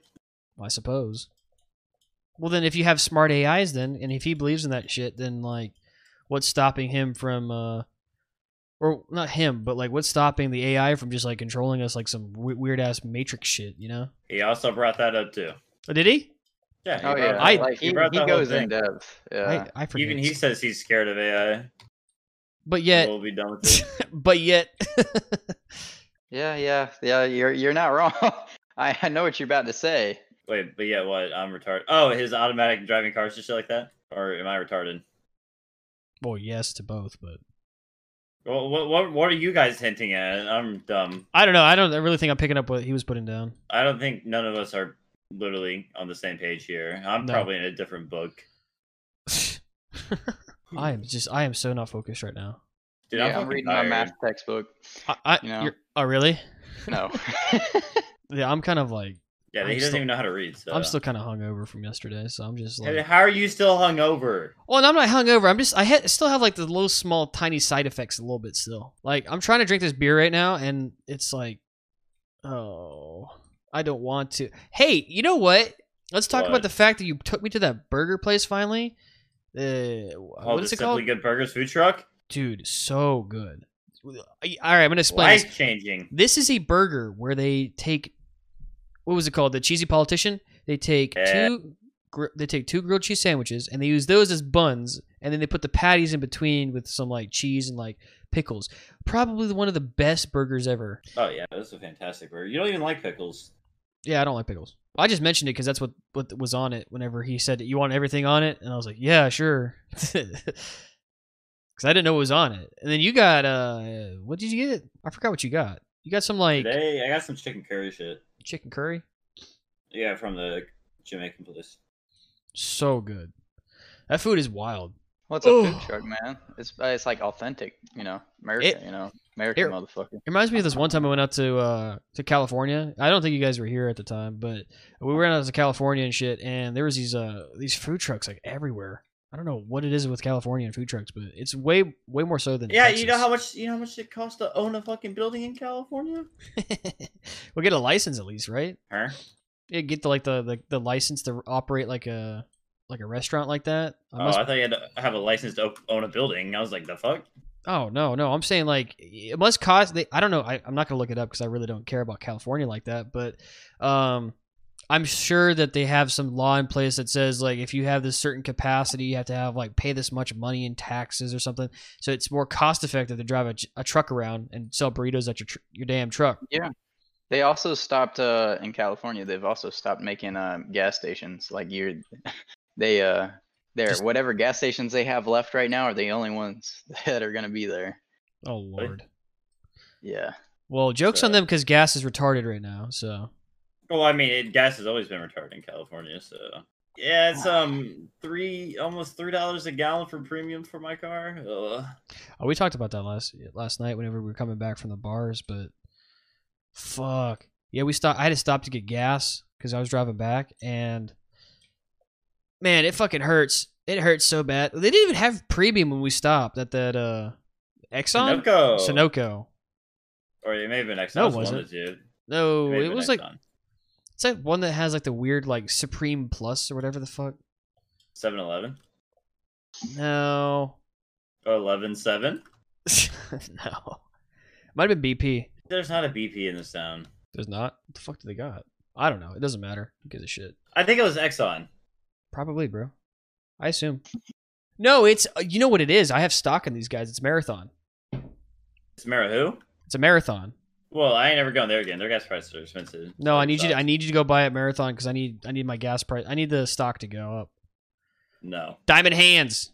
B: I suppose. Well, then if you have smart AIs, then and if he believes in that shit, then like, what's stopping him from, uh, or not him, but like, what's stopping the AI from just like controlling us like some w- weird ass Matrix shit, you know?
D: He also brought that up too.
B: Oh, did he?
D: Yeah. he
C: Oh
D: brought
C: yeah,
D: that
B: I-
D: up.
C: like he,
D: brought
C: he
D: that whole
C: goes in
D: thing.
C: depth. Yeah.
B: I, I forget.
D: Even he says he's Oh. scared of AI.
B: but yet,
D: We'll be done with it.
B: but yet,
C: Yeah, yeah, yeah. You're you're not wrong. I, I know what you're about to say.
D: Wait, but yeah, what? I'm retarded. Oh, his automatic driving cars and shit like that? Or am I retarded?
B: well, yes to both, but
D: What, what what what are you guys hinting at? I'm dumb.
B: I don't know. I don't I really think I'm picking up what he was putting down.
D: I don't think none of us are literally on the same page here. I'm
B: No.
D: probably in a different book.
B: I am just I am so not focused right now.
D: Dude,
C: yeah,
D: I'm,
C: I'm,
D: fucking
C: reading my
D: tired.
C: math textbook.
B: I, I
C: You know.
B: you're, oh really?
C: No.
B: Yeah, I'm kind of like
D: Yeah,
B: I'm
D: he doesn't
B: still-
D: even know how to read. So
B: I'm still kind of hungover from yesterday, so I'm just
D: Hey,
B: like.
D: How are you still hungover?
B: Well, and I'm not hungover. I'm just I ha- still have like the little small tiny side effects a little bit still. Like I'm trying to drink this beer right now, and it's like, oh, I don't want to. Hey, you know what? Let's talk
D: What?
B: about the fact that you took me to that burger place finally. Uh,
D: Oh,
B: what
D: the
B: is it
D: Simply
B: called,
D: Good Burgers food truck.
B: dude? So good. All right, I'm gonna explain. this.
D: Life changing.
B: This is a burger where they take what was it called? The cheesy politician. They take
D: Yeah.
B: two. gr- They take two grilled cheese sandwiches and they use those as buns, and then they put the patties in between with some like cheese and like pickles. Probably the- one of the best burgers ever.
D: Oh yeah, that's a fantastic burger. You don't even like pickles.
B: Yeah, I don't like pickles. I just mentioned it because that's what what was on it. Whenever he said that you want everything on it, and I was like, yeah, sure, because I didn't know what was on it. And then you got uh, what did you get? I forgot what you got. You got some like
D: Today I got some chicken curry shit.
B: chicken curry.
D: Yeah, from the Jamaican place.
B: so good. That food is wild.
C: well, it's a
B: Ugh.
C: food truck, man. It's uh, it's like authentic, you know, America,
B: It-
C: you know, American
B: it-
C: motherfucker.
B: It reminds me of this one time I went out to uh, to California. I don't think you guys were here at the time, but we went out to California and shit, and there was these uh these food trucks like everywhere. I don't know what it is with California and food trucks, but it's way way more so than
D: Yeah, you know
B: Texas.
D: how much you know how much it costs to own a fucking building in California?
B: we'll get a license at least, right?
D: Huh?
B: Yeah, get the like the, the the license to operate like a like a restaurant like that. I
D: oh,
B: must-
D: I thought you had to have a license to op- own a building. I was like, the fuck?
B: Oh no, no, I'm saying like it must cost. They, I don't know. I, I'm not gonna look it up because I really don't care about California like that. But um, I'm sure that they have some law in place that says like if you have this certain capacity, you have to have like pay this much money in taxes or something. So it's more cost effective to drive a, j- a truck around and sell burritos at your tr- your damn truck.
C: They also stopped uh, in California. They've also stopped making uh, gas stations. Like you're, they uh, they're
B: Just-
C: whatever gas stations they have left right now are the only ones that are gonna be there.
B: Oh lord.
C: Yeah.
B: Well, jokes on
D: So-
B: them because gas is retarded right now. So
D: Well, I mean, it, gas has always been retarded in California, so yeah, it's
C: Ah.
D: um three almost three dollars a gallon for premium for my car. Ugh.
B: oh, we talked about that last last night whenever we were coming back from the bars, but fuck. Yeah, we stopped. I had to stop to get gas because I was driving back, and man, it fucking hurts. It hurts so bad. They didn't even have premium when we stopped at that uh Exxon
D: Sunoco.
B: Sunoco.
D: Or it may have been Exxon.
B: No,
D: it's one of
B: wasn't.
D: the two. It
B: No,
D: may have
B: it
D: been
B: was like
D: Exxon.
B: it's that one that has like the weird like Supreme Plus or whatever the fuck.
D: 7-Eleven.
B: No,
D: Oh, 11-7?
B: no, might have been BP.
D: There's not a BP in this town.
B: There's not. What the fuck do they got? I don't know. It doesn't matter. Who gives a shit?
D: I think it was Exxon.
B: Probably, bro. I assume. No, it's uh, you know what it is. I have stock in these guys. It's marathon.
D: It's Mara who?
B: It's a marathon.
D: Well, I ain't never going there again. Their gas prices are expensive.
B: No, I
D: It
B: need you. To,
D: sucks.
B: I need you to go buy at marathon because I need. I need my gas price. I need the stock to go up.
D: No.
B: Diamond hands.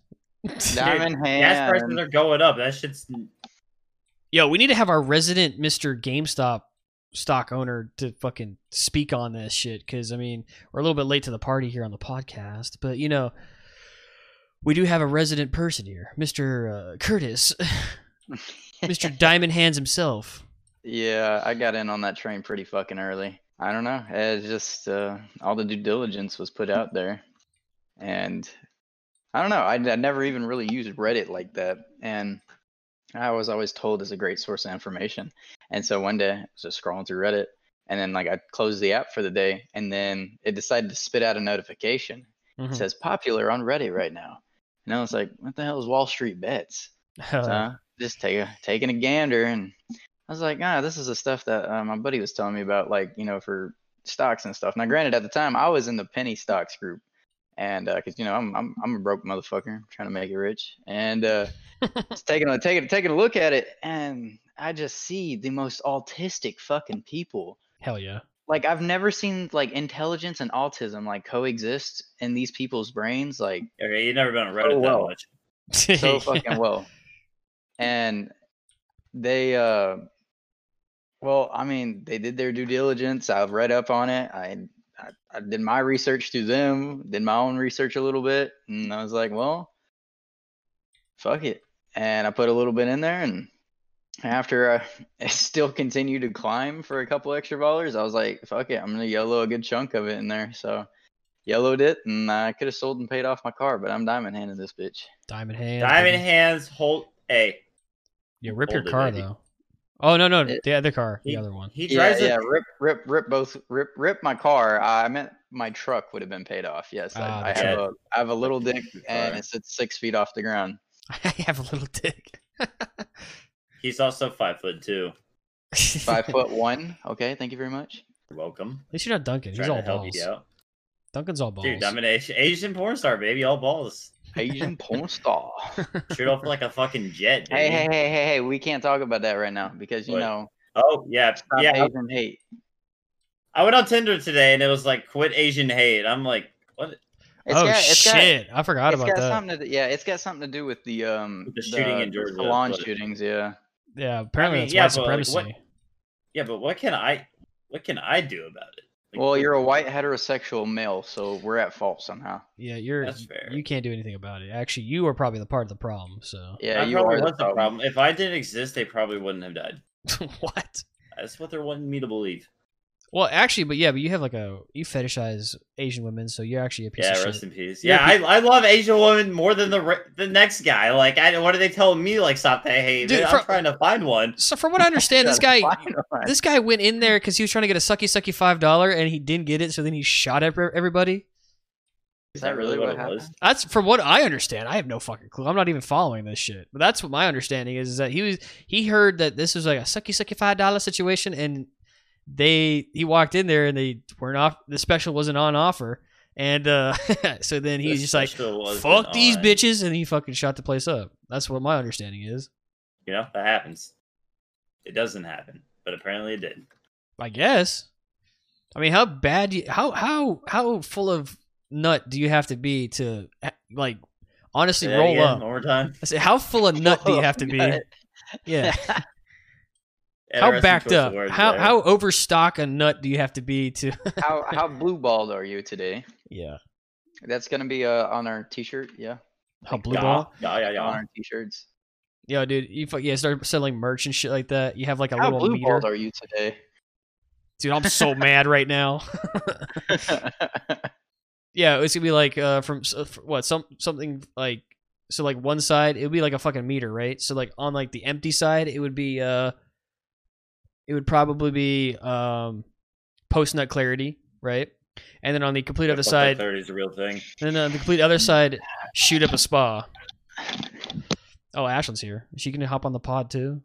C: Diamond
D: Gas prices
C: Hand.
D: are going up. That shit's
B: Yo, we need to have our resident Mister GameStop stock owner to fucking speak on this shit because I mean we're a little bit late to the party here on the podcast, but you know we do have a resident person here, Mister uh, Curtis, Mister Diamond Hands himself.
C: Yeah, I got in on that train pretty fucking early. I don't know. It's just uh, all the due diligence was put out there, and I don't know. I, I never even really used Reddit like that, and I was always told it's a great source of information. And so one day, I was just scrolling through Reddit, and then like I closed the app for the day, and then it decided to spit out a notification. It
B: Mhm.
C: says popular on Reddit right now, and I was like, "What the hell is Wall Street Bets?"
B: Uh,
C: So just take a, taking a gander, and I was like, ah, this is the stuff that uh, my buddy was telling me about, like you know, for stocks and stuff. Now, granted, at the time I was in the penny stocks group, and because you know I'm, I'm I'm a broke motherfucker trying to make it rich, and uh, just taking a taking taking a look at it, and I just see the most autistic fucking people.
B: hell yeah.
C: Like I've never seen like intelligence and autism like coexist in these people's brains. Like Oh,
D: okay. You've never been on Reddit
C: well.
D: that much.
C: so fucking well. And they uh well i mean they did their due diligence i've read up on it i i, I did my research through them did my own research a little bit and i was like well fuck it and i put a little bit in there and after I, it still continued to climb for a couple extra dollars i was like fuck it i'm gonna yellow a good chunk of it in there so yellowed it and i could have sold and paid off my car but i'm diamond handed this bitch
B: Diamond hand.
D: Diamond hands hold. Hey,
B: Yeah, rip your
D: Hold it,
B: car
D: baby.
B: though. Oh no, no,
C: It-
B: the other car, the
D: he-
B: other one.
D: He
C: yeah,
D: drives
C: yeah,
D: a
C: rip, rip, rip both, rip, rip my car. Uh, I meant my truck would have been paid off. Yes,
B: Ah,
C: I, I
B: that's
C: have
D: right.
C: a, I have a little dick
D: Your car.
C: and it sits six feet off the ground.
B: I have a little dick.
D: He's also five foot two.
C: Five foot one. Okay, thank you very much.
D: You're welcome.
B: At least you're not Duncan. He's
D: Trying
B: all
D: to help
B: balls.
D: you out,
B: Duncan's all balls.
D: dude. I'm an Asi- Asian porn star, baby. All balls.
C: Asian porn star.
D: Shoot off like a fucking jet, baby.
C: Hey, hey, hey, hey, hey! We can't talk about that right now because you
D: What?
C: know,
D: Oh yeah,
C: stop
D: yeah.
C: Asian hate.
D: I went on Tinder today and it was like quit Asian hate. I'm like, what?
C: It's
B: oh
C: got, it's got-
B: shit! I forgot
C: it's
B: about
C: got
B: that.
C: something to do, yeah, it's got something to do with the um
D: With the shooting in Georgia,
C: salon
D: but-
C: shootings. Yeah,
B: Yeah, apparently
D: mean,
B: that's
D: yeah,
B: white
D: but, like,
B: supremacy.
D: what- Yeah, but what can I, what can I do about it? Like,
C: well, you're a white heterosexual male, so we're at fault somehow.
B: Yeah, you're
D: That's fair.
B: you can't do anything about it. Actually, you are probably the part of the problem. So
C: Yeah,
D: I
C: you
D: probably
C: are
D: was the problem. If I didn't exist, they probably wouldn't have died.
B: what?
D: That's what they're wanting me to believe.
B: Well, actually, but yeah, but you have like a you fetishize Asian women, so you're actually a piece
D: yeah,
B: of
D: rest
B: shit.
D: in peace.
B: You're
D: Yeah, I, I love Asian women more than the re- the next guy. Like, I, what are they telling me? Like, stop that hate.
B: Dude,
D: man.
B: fro-
D: I'm trying to find one.
B: So from what I understand, this guy
C: That's fine, all right.
B: this guy went in there because he was trying to get a sucky sucky five dollar and he didn't get it, so then he shot at everybody.
C: Is that really what happened?
B: That's from what I understand. I have no fucking clue. I'm not even following this shit. But that's what my understanding is, is that he was he heard that this was like a sucky sucky five dollar situation and they he walked in there and they weren't off the special wasn't on offer. And uh so then he's just like fuck these
D: bitches.
B: bitches and he fucking shot the place up. That's what my understanding is.
D: You know that happens. It doesn't happen, but apparently it did.
B: I guess. I mean, how bad you, how how how full of nut do you have to be to like honestly
D: Say that
B: roll
D: again,
B: up?
D: one more time.
B: I say, how full of nut do you have to be?
C: Nut.
B: Yeah. how
D: Interesting
B: backed
D: choice of
B: up?
D: words
B: How
D: there.
B: how overstock a nut do you have to be to?
C: how how blue balled are you today?
B: yeah.
C: That's gonna be uh, on our t-shirt. Yeah,
B: How blue
D: yeah,
B: ball?
D: Yeah, yeah,
C: on
D: yeah.
C: our t-shirts.
B: Yo, dude, you fuck, yeah start selling merch and shit like that. You have like a
C: how
B: little
C: blue
B: meter,
C: balled are you today?
B: dude. I'm so mad right now. Yeah, it's gonna be like uh from s- uh, f- what some something like so like one side it would be like a fucking meter, right? So like on like the empty side it would be uh it would probably be um post nut clarity, right? And then on the complete other side,
D: Thirty is a real thing.
B: and then on the complete other side, shoot up a spa. Oh, Ashlyn's here. She can hop on the pod too.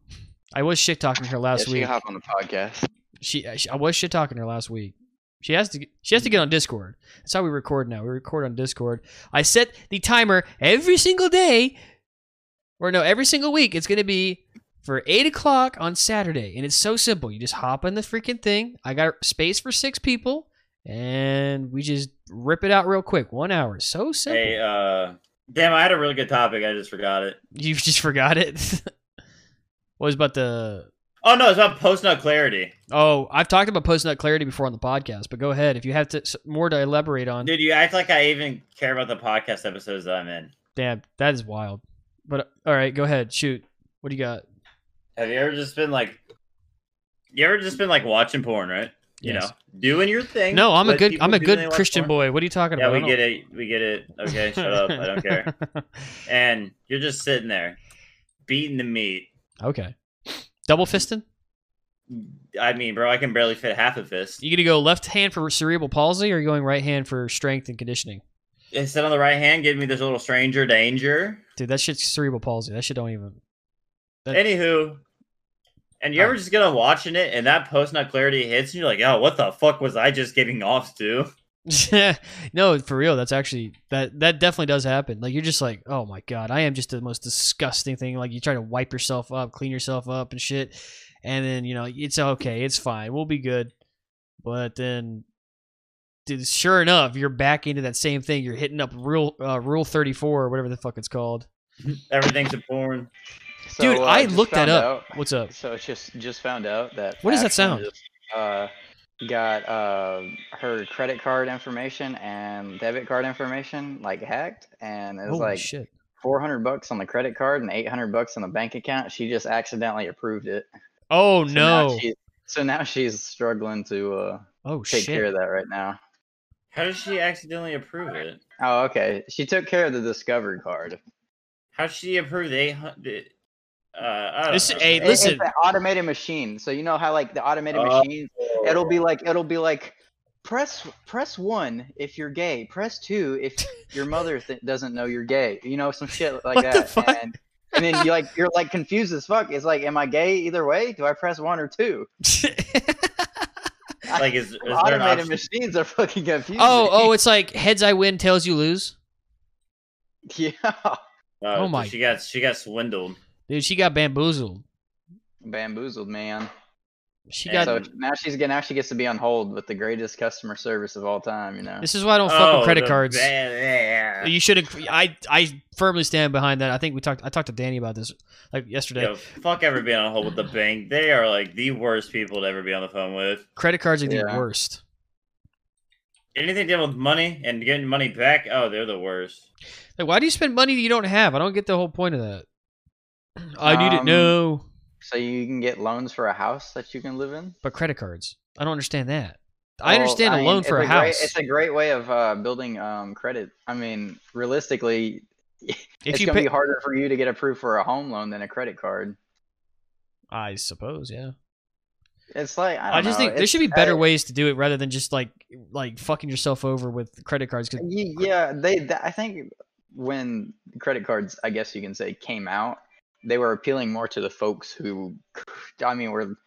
B: I was shit talking her
C: yeah,
B: last
C: she
B: week.
C: hop on the podcast.
B: She, uh, she I was shit talking her last week. She has to get- she has to get on Discord. That's how we record now. We record on Discord. I set the timer every single day, or no, every single week. It's gonna be for eight o'clock on Saturday, and it's so simple. You just hop on the freaking thing. I got space for six people, and we just rip it out real quick. One hour, so simple.
D: Hey, uh, damn, I had a really good topic. I just forgot it.
B: You just forgot it. what was about the?
D: Oh no, it's about post nut clarity,
B: Oh, I've talked about post nut clarity before on the podcast, but go ahead if you have to s- more to elaborate on.
D: dude. You act like I even care about the podcast episodes that I'm in.
B: Damn, that is wild. But uh, all right, go ahead, shoot. What do you got?
D: Have you ever just been like, you ever just been like watching porn, right? You
B: Yes.
D: know, doing your thing.
B: No, I'm a
D: but
B: good,
D: people
B: I'm a
D: do they
B: good
D: watch
B: Christian
D: porn?
B: boy. What are you talking
D: Yeah,
B: about?
D: we get it. We get it. Okay, shut up. I don't care. And you're just sitting there, beating the meat.
B: okay, double fisting.
D: I mean, bro, I can barely fit half a fist.
B: You gonna go left hand for cerebral palsy, or you going right hand for strength and conditioning?
D: Instead on the right hand, give me this little stranger danger.
B: Dude, that shit's cerebral palsy. That shit don't even. That-
D: Anywho, and you ever just get on watching it and that post nut clarity hits and you're like, oh, what the fuck was I just getting off to?
B: no, for real. That's actually that that definitely does happen. Like you're just like, oh my god, I am just the most disgusting thing. Like you try to wipe yourself up, clean yourself up, and shit, and then you know it's okay, it's fine, we'll be good. But then, dude, sure enough, you're back into that same thing. You're hitting up rule uh, rule thirty four or whatever the fuck it's called.
D: Everything's a porn.
C: So,
B: Dude,
C: uh,
B: I
C: just
B: looked that
C: found
B: up.
C: out-
B: What's up?
C: So it's just just found out that.
B: What does that
C: Ashlyn
B: sound?
C: just, uh, got uh her credit card information and debit card information like hacked, and it was
B: Holy
C: like
B: shit.
C: 400 bucks on the credit card and 800 bucks on the bank account. She just accidentally approved it.
B: Oh
C: So now
B: no.
C: she- so now she's struggling to uh
B: Oh
C: take care
B: shit.
C: of that right now.
D: How did she accidentally approve it?
C: Oh, okay. She took care of the Discovery card.
D: How did she approve the 800? Uh, I don't
B: This-
D: know.
B: hey,
C: It-
B: listen.
C: it's an automated machine. So you know how like the automated
D: Oh.
C: machines, it'll be like it'll be like press press one if you're gay, press two if your mother th- doesn't know you're gay. You know some shit like
B: What the
C: that.
B: fuck?
C: And, and then you like you're like confused as fuck. It's like, am I gay either way? Do I press one or two?
D: like is, is there an
C: automated
D: option?
C: machines are fucking confusing.
B: oh, oh, it's like heads I win, tails you lose.
C: yeah,
D: Uh,
B: oh my-
D: She got she got swindled.
B: Dude, she got bamboozled.
C: bamboozled, man.
B: She
D: Yeah,
B: got
C: So now she's getting now she gets to be on hold with the greatest customer service of all time. You know,
B: This is why I don't Oh, fuck with credit
D: Oh, the
B: cards.
D: ba-
B: You shouldn't. I I firmly stand behind that. I think we talked. I talked to Danny about this like yesterday.
D: Yo, fuck ever being on a hold with the bank. They are like the worst people to ever be on the phone with.
B: Credit cards are the
C: Yeah.
B: worst.
D: Anything dealing with money and getting money back, oh, they're the worst.
B: Like, why do you spend money you don't have? I don't get the whole point of that. I need it
C: Um,
B: no,
C: so you can get loans for a house that you can live in.
B: but credit cards. I don't understand that. I
C: Well,
B: understand a
C: mean,
B: loan for a
C: it's great-
B: house.
C: it's a great way of uh, building um, credit. I mean, realistically,
B: if
C: it's
B: you
C: going
B: pay,
C: to be harder for you to get approved for a home loan than a credit card.
B: I suppose, yeah.
C: It's like I, don't
B: I, just
C: know,
B: think there
C: it's-
B: should be better
C: I-
B: ways to do it rather than just like like fucking yourself over with credit cards. 'cause-
C: Ye- Yeah, they. th- I think when credit cards, I guess you can say, came out, they were appealing more to the folks who, I mean, were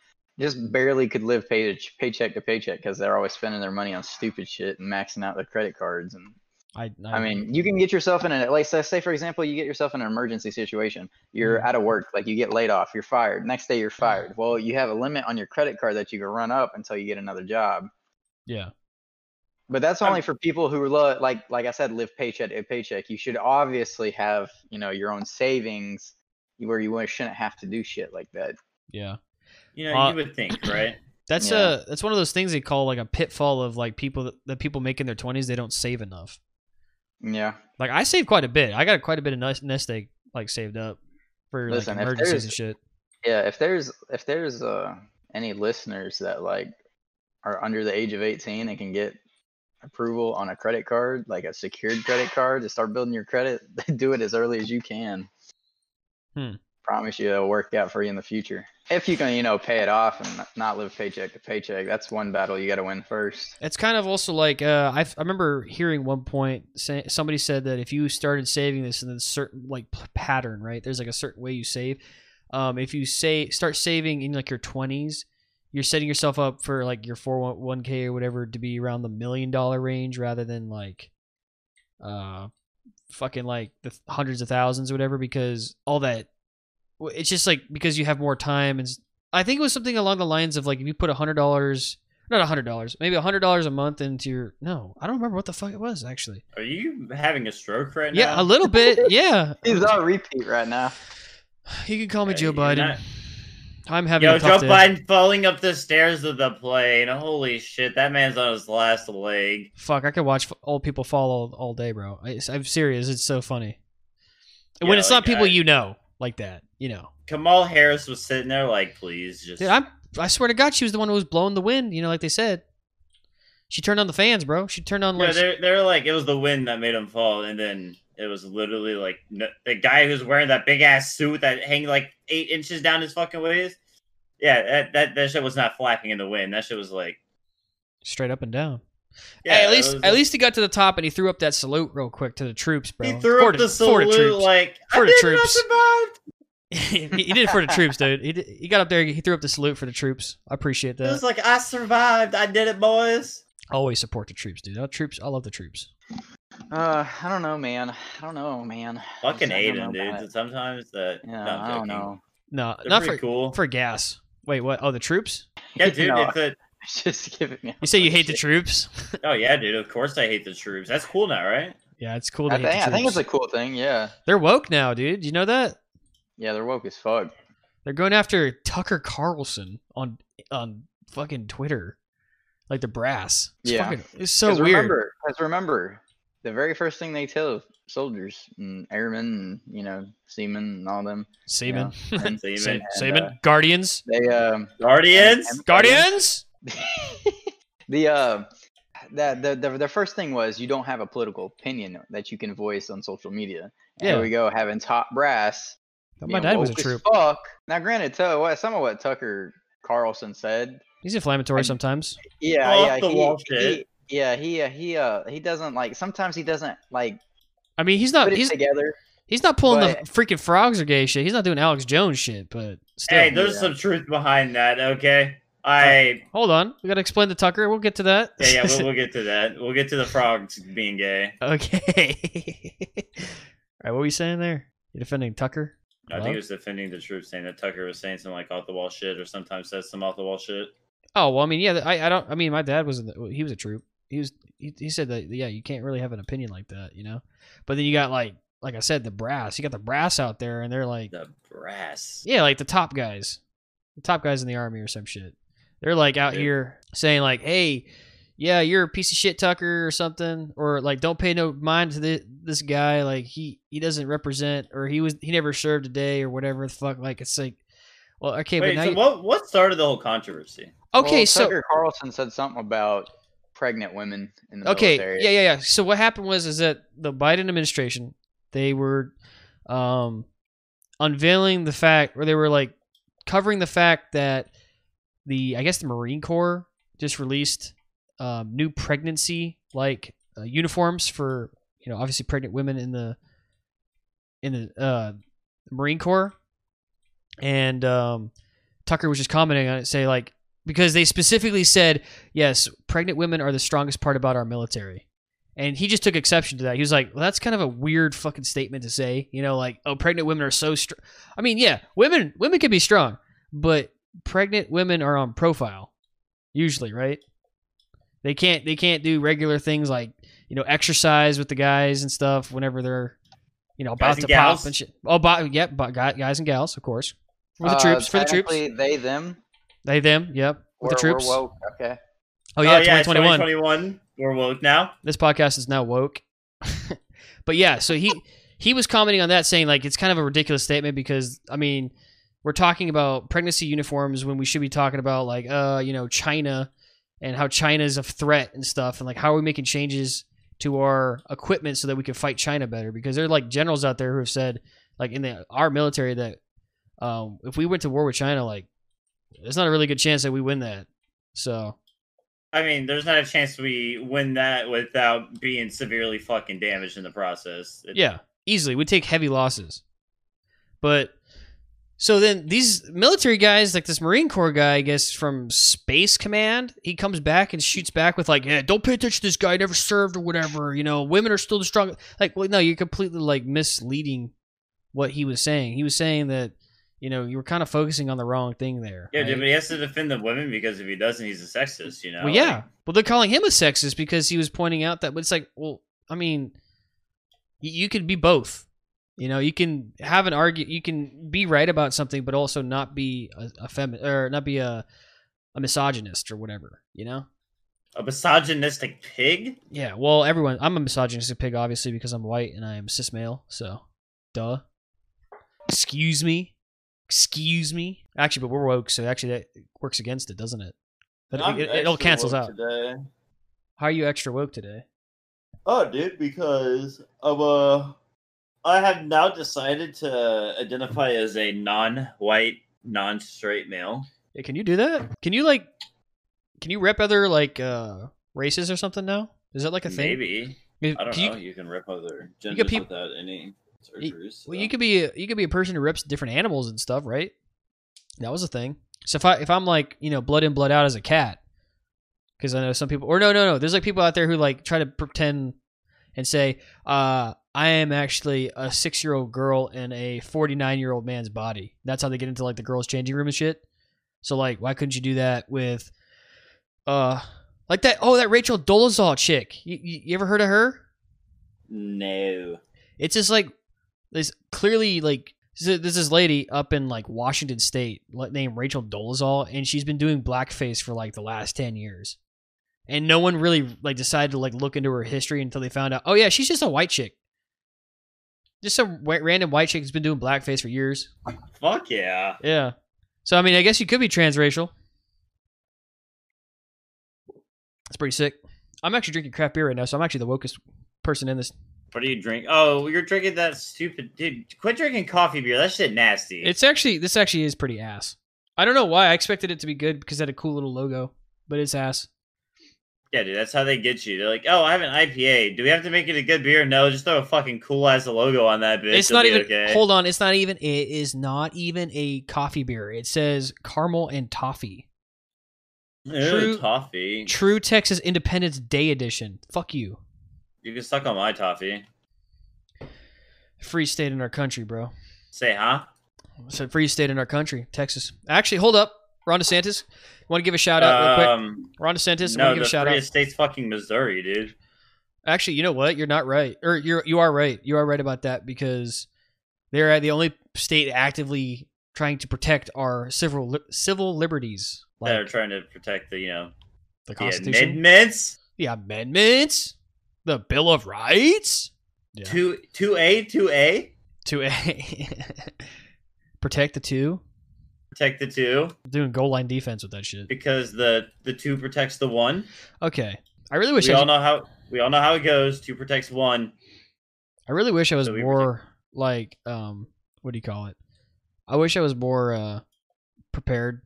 C: just barely could live pay to, paycheck to paycheck because they're always spending their money on stupid shit and maxing out their credit cards. And
B: I, I,
C: I mean, you can get yourself in a like, so say for example, you get yourself in an emergency situation. You're
B: Mhm.
C: out of work, like you get laid off, you're fired. Next day, you're fired. Well, you have a limit on your credit card that you can run up until you get another job.
B: yeah,
C: But that's
D: I'm-
C: only for people who love, like, like I said, live paycheck to paycheck. You should obviously have, you know, your own savings, where you wa- shouldn't have to do shit like that.
B: yeah.
D: You know,
B: Uh,
D: you would think, right?
B: That's
C: Yeah.
B: uh that's one of those things they call like a pitfall of like people that, that people make in their twenties. They don't save enough.
C: Yeah.
B: Like I saved quite a bit. I got quite a bit of nest, nest egg like saved up for
C: Listen, if
B: like emergencies
C: there's-
B: and shit.
C: Yeah. If there's if there's uh any listeners that like are under the age of eighteen and can get approval on a credit card, like a secured credit card, to start building your credit, do it as early as you can.
B: Hmm.
C: Promise you it'll work out for you in the future. If you can, you know, pay it off and n- not live paycheck to paycheck, that's one battle you got to win first.
B: It's kind of also like uh, I, I remember hearing one point say, somebody said that if you started saving this in a certain like p- pattern, right? There's like a certain way you save. Um, if you say start saving in like your 20s, you're setting yourself up for like your 401k or whatever to be around the million dollar range rather than like, uh, fucking like the th- hundreds of thousands or whatever because all that. w- It's just like because you have more time and s- I think it was something along the lines of like if you put a hundred dollars not a hundred dollars, maybe a hundred dollars a month into your. No, I don't remember what the fuck it was actually.
D: Are you having a stroke right
B: Yeah,
D: now?
B: a little bit. Yeah,
C: He's on repeat right now.
B: you can call me
D: Yeah,
B: Joe
D: you're
B: Biden.
D: not-
B: I'm having
D: Yo,
B: a tough
D: Joe
B: day.
D: Biden falling up the stairs of the plane. Holy shit, that man's on his last leg.
B: Fuck, I could watch f- old people fall all, all day, bro. I, am serious. It's so funny. when
D: Yeah,
B: it's not
D: like,
B: people
D: I-
B: you know like that, you know.
D: Kamal Harris was sitting there like, please just
B: Dude, I'm. I swear to God, she was the one who was blowing the wind. You know, like they said. She turned on the fans, bro. She turned on
D: Yeah,
B: like.
D: they're, they're like it was the wind that made him fall, and then it was literally like no, the guy who's wearing that big ass suit that hang like eight inches down his fucking waist. Yeah, that, that that shit was not flapping in the wind. That shit was like
B: Straight up and down.
D: yeah,
B: hey, at
D: it
B: least
D: was-
B: at least he got to the top and he threw up that salute real quick to the troops, bro.
D: he threw
B: For
D: up the
B: for
D: salute like
B: For the
D: I did
B: troops.
D: nothing but-"
B: he, he did it for the troops, dude. He, did, he got up there, he threw up the salute for the troops. I appreciate
D: It was
B: that.
D: like I survived. I did it, boys.
B: I Always support the troops, dude. I troops, I love the troops.
C: Uh, I don't know, man. I don't know, man.
D: Fucking
C: I
D: hate
C: don't know
D: him, dude.
C: about it.
D: Sometimes that
C: Yeah,
D: no,
C: I
D: I'm
C: don't
D: joking.
C: know.
B: No,
D: They're
B: not for
D: pretty cool.
B: for gas. Wait, what? Oh, the troops?
D: yeah, dude.
C: No.
D: It's a,
C: Just giving me.
B: You say you hate the troops?
D: oh yeah, dude. Of course I hate the troops. That's cool now, right?
B: yeah, it's cool. To
C: I
B: hate the
C: think, I think it's
B: troops.
C: a cool thing. Yeah.
B: they're woke now, dude. You know that?
C: Yeah, they're woke as fuck.
B: They're going after Tucker Carlson on on fucking Twitter, like the brass. It's
C: Yeah.
B: fucking, it's so
C: 'Cause
B: weird.
C: Remember, because remember, the very first thing they tell soldiers and airmen and you know seamen and all them,
B: Saban,
C: and
D: So
B: Sa-
C: and,
D: even
B: Saban,
C: uh,
B: Guardians,
C: they um
D: Guardians.
B: Guardians.
C: the uh that the, the the first thing was you don't have a political opinion that you can voice on social media. And
B: Yeah.
C: Here we go having top brass.
B: Thought My
C: being
B: dad was a
C: woke as
B: troop.
C: Fuck. Now, granted, to what some of what Tucker Carlson said,
B: He's inflammatory
C: I-
B: sometimes.
C: yeah,
D: Off
C: yeah,
D: the
C: he,
D: wall
C: he-
D: shit.
C: yeah, he uh, he uh he doesn't like sometimes he doesn't like
B: I mean, he's not
C: put
B: he's
C: it together.
B: he's not pulling
C: but-
B: the freaking frogs or gay shit. He's not doing Alex Jones shit. But still,
D: Hey, there's
C: Yeah.
D: some truth behind that. Okay, I
B: hold on, we gotta explain the Tucker. We'll get to that.
D: yeah yeah we'll, we'll get to that. We'll get to the frogs being gay.
B: okay. All right, what were you saying there? You defending Tucker?
D: I think
B: Hello?
D: he was defending the truth, saying that Tucker was saying some like off the wall shit, or sometimes says some off the wall shit.
B: Oh well, I mean, yeah, I, I don't. I mean, my dad was in the, he was a troop. He was he, he said that yeah, you can't really have an opinion like that, you know. But then you got like like I said, the brass. You got the brass out there, and they're like
D: The brass.
B: yeah, like the top guys, the top guys in the army or some shit. They're like out
D: Yeah.
B: here saying like, hey, yeah, you're a piece of shit Tucker or something, or like don't pay no mind to this, this guy. Like he he doesn't represent, or he was he never served a day or whatever the fuck. Like it's like, well, okay, but
D: Wait,
B: now
D: so
B: you-
D: what what started the whole controversy?
B: okay,
C: Well,
B: so
C: Tucker Carlson said something about pregnant women in the
B: okay
C: military.
B: yeah yeah yeah so what happened was is that the biden administration they were um unveiling the fact or they were like covering the fact that the i guess the marine corps just released um, new pregnancy like uh, uniforms for you know obviously pregnant women in the in the uh, marine corps and um, tucker was just commenting on it say like because they specifically said yes, pregnant women are the strongest part about our military. And he just took exception to that. He was like, well, that's kind of a weird fucking statement to say, you know, like, oh, pregnant women are so strong. I mean, yeah, women women can be strong, but pregnant women are on profile usually, right? They can't they can't do regular things like, you know, exercise with the guys and stuff whenever they're, you know, about
D: Guys and
B: to
D: gals?
B: pop and shit. Oh, bo- yep, bo- guy- guys and gals, of course. For the
C: Uh,
B: troops, for the troops.
C: technically, They them.
B: They them, yep. With the
C: We're- we're
B: troops.
C: woke, Okay.
B: Oh yeah,
D: it's
B: 2021.
D: 2021. We're woke now.
B: this podcast is now woke. but yeah, so he he was commenting on that saying like it's kind of a ridiculous statement because I mean, we're talking about pregnancy uniforms when we should be talking about like uh, you know, China and how China is a threat and stuff and like how are we making changes to our equipment so that we can fight China better because there are like generals out there who have said like in the our military that um if we went to war with China like there's not a really good chance that we win that. So
D: I mean, there's not a chance we win that without being severely fucking damaged in the process. It-
B: Yeah, easily. We take heavy losses. But so then these military guys, like this Marine Corps guy, I guess from Space Command, he comes back and shoots back with like, "Yeah, don't pay attention to this guy. Never served or whatever. You know, women are still the strong." Like, well, no, you're completely like misleading what he was saying. He was saying that you know you were kind of focusing on the wrong thing there.
D: Yeah,
B: right?
D: dude, but he has to defend the women because if he doesn't, he's a sexist, you know?
B: Well,
D: Like,
B: yeah. Well, they're calling him a sexist because he was pointing out that, but it's like, well, I mean, you, you could be both. You know, you can have an argue, you can be right about something, but also not be a, a femi- or not be a a misogynist or whatever. You know?
D: a misogynistic pig?
B: Yeah. Well, everyone, I'm a misogynistic pig, obviously, because I'm white and I am cis male. So, duh. Excuse me. Excuse me. Actually, but we're woke, so actually that works against it, doesn't it? That, it, it all cancels out.
D: Today.
B: How are you extra woke today?
D: Oh, dude, because I'm, uh, I have now decided to identify as a non white, non straight male.
B: Yeah, can you do that? Can you like can you rep other like uh races or something now? Is that like a thing?
D: Maybe.
B: If-
D: I don't
B: can
D: know.
B: You,
D: You can rip other
B: got
D: genders
B: peop-
D: without any surgeries.
B: well,
D: so.
B: you could be a, you could be a person who reps different animals and stuff, right? That was a thing. So if I if I'm like you know blood in blood out as a cat, because I know some people or no no no there's like people out there who like try to pretend and say uh I am actually a six year old girl in a forty nine year old man's body. That's how they get into like the girls changing room and shit. So like why couldn't you do that with uh like that oh that Rachel Dolezal chick you, you, you ever heard of her?
D: No.
B: It's just like this clearly like So there's this lady up in like Washington State le- named Rachel Dolezal, and she's been doing blackface for like the last ten years, and no one really like decided to like look into her history until they found out. Oh yeah, she's just a white chick, just some wa- random white chick who's been doing blackface for years.
D: Fuck yeah.
B: Yeah. So I mean, I guess you could be transracial. That's pretty sick. I'm actually drinking craft beer right now, so I'm actually the wokest person in this.
D: What do you drink? Oh, you're drinking that stupid dude. Quit drinking coffee beer. That shit nasty.
B: It's actually this actually is pretty ass. I don't know why I expected it to be good because it had a cool little logo, but it's ass.
D: yeah, dude. That's how they get you. They're like, oh, I have an IPA. Do we have to make it a good beer? No, just throw a fucking cool ass logo on that bitch.
B: It's
D: It'll
B: not
D: be
B: even.
D: okay.
B: Hold on, it's not even. It is not even a coffee beer. It says caramel and toffee.
D: Ew,
B: True-
D: toffee.
B: True Texas Independence Day edition. Fuck you.
D: You can suck on my toffee.
B: Free state in our country, bro.
D: Say huh?
B: I said free state in our country, Texas. Actually, hold up, Ron DeSantis. Want to give a shout out real quick?
D: Um,
B: Ron DeSantis. want
D: no,
B: to give
D: the
B: a shout out.
D: freest state's fucking Missouri, dude.
B: Actually, you know what? You're not right, or you're you are right. You are right about that because they're the only state actively trying to protect our civil li- civil liberties,
D: that are
B: like
D: trying to protect the you know
B: the
D: the
B: Constitution,
D: amendments
B: the amendments, the Bill of Rights, Yeah.
D: two two a two a
B: to a protect the two.
D: protect the two
B: Doing goal line defense with that shit.
D: because the the two protects the one.
B: Okay, I really wish
D: we
B: I,
D: all know how we all know how it goes. Two protects one.
B: I really wish I was
D: So we were-
B: more like um what do you call it? I wish I was more uh prepared,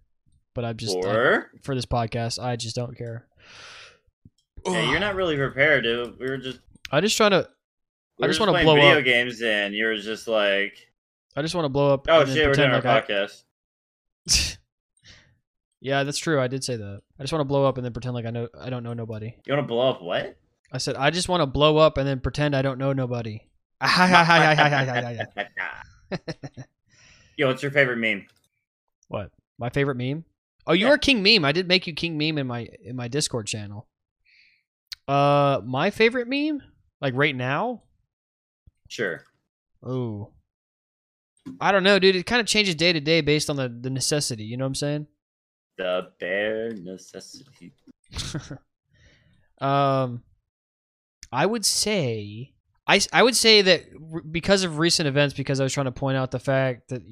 B: but I'm just uh, I-
D: or
B: for this podcast. I just don't care.
D: yeah, you're not really prepared. Dude. We were just
B: I just trying to.
D: we
B: I
D: were
B: just wanna
D: playing
B: blow
D: video
B: up.
D: games, and you were just like,
B: I just want to blow up.
D: oh
B: and then
D: shit, we're doing
B: pretend
D: our
B: like
D: podcast.
B: I- yeah, that's true. I did say that. I just want to blow up and then pretend like I know I don't know nobody.
D: You want to blow up what?
B: I said I just want to blow up and then pretend I don't know nobody.
D: Yo, what's your favorite meme?
B: what? My favorite meme? Oh, you
D: Yeah.
B: are King Meme. I did make you King Meme in my in my Discord channel. Uh, my favorite meme, like right now,
D: Sure.
B: Oh. I don't know, dude. It kind of changes day to day based on the, the necessity. You know what I'm saying?
D: The bare necessity.
B: um, I would say I, s- I would say that r- because of recent events, because I was trying to point out the fact that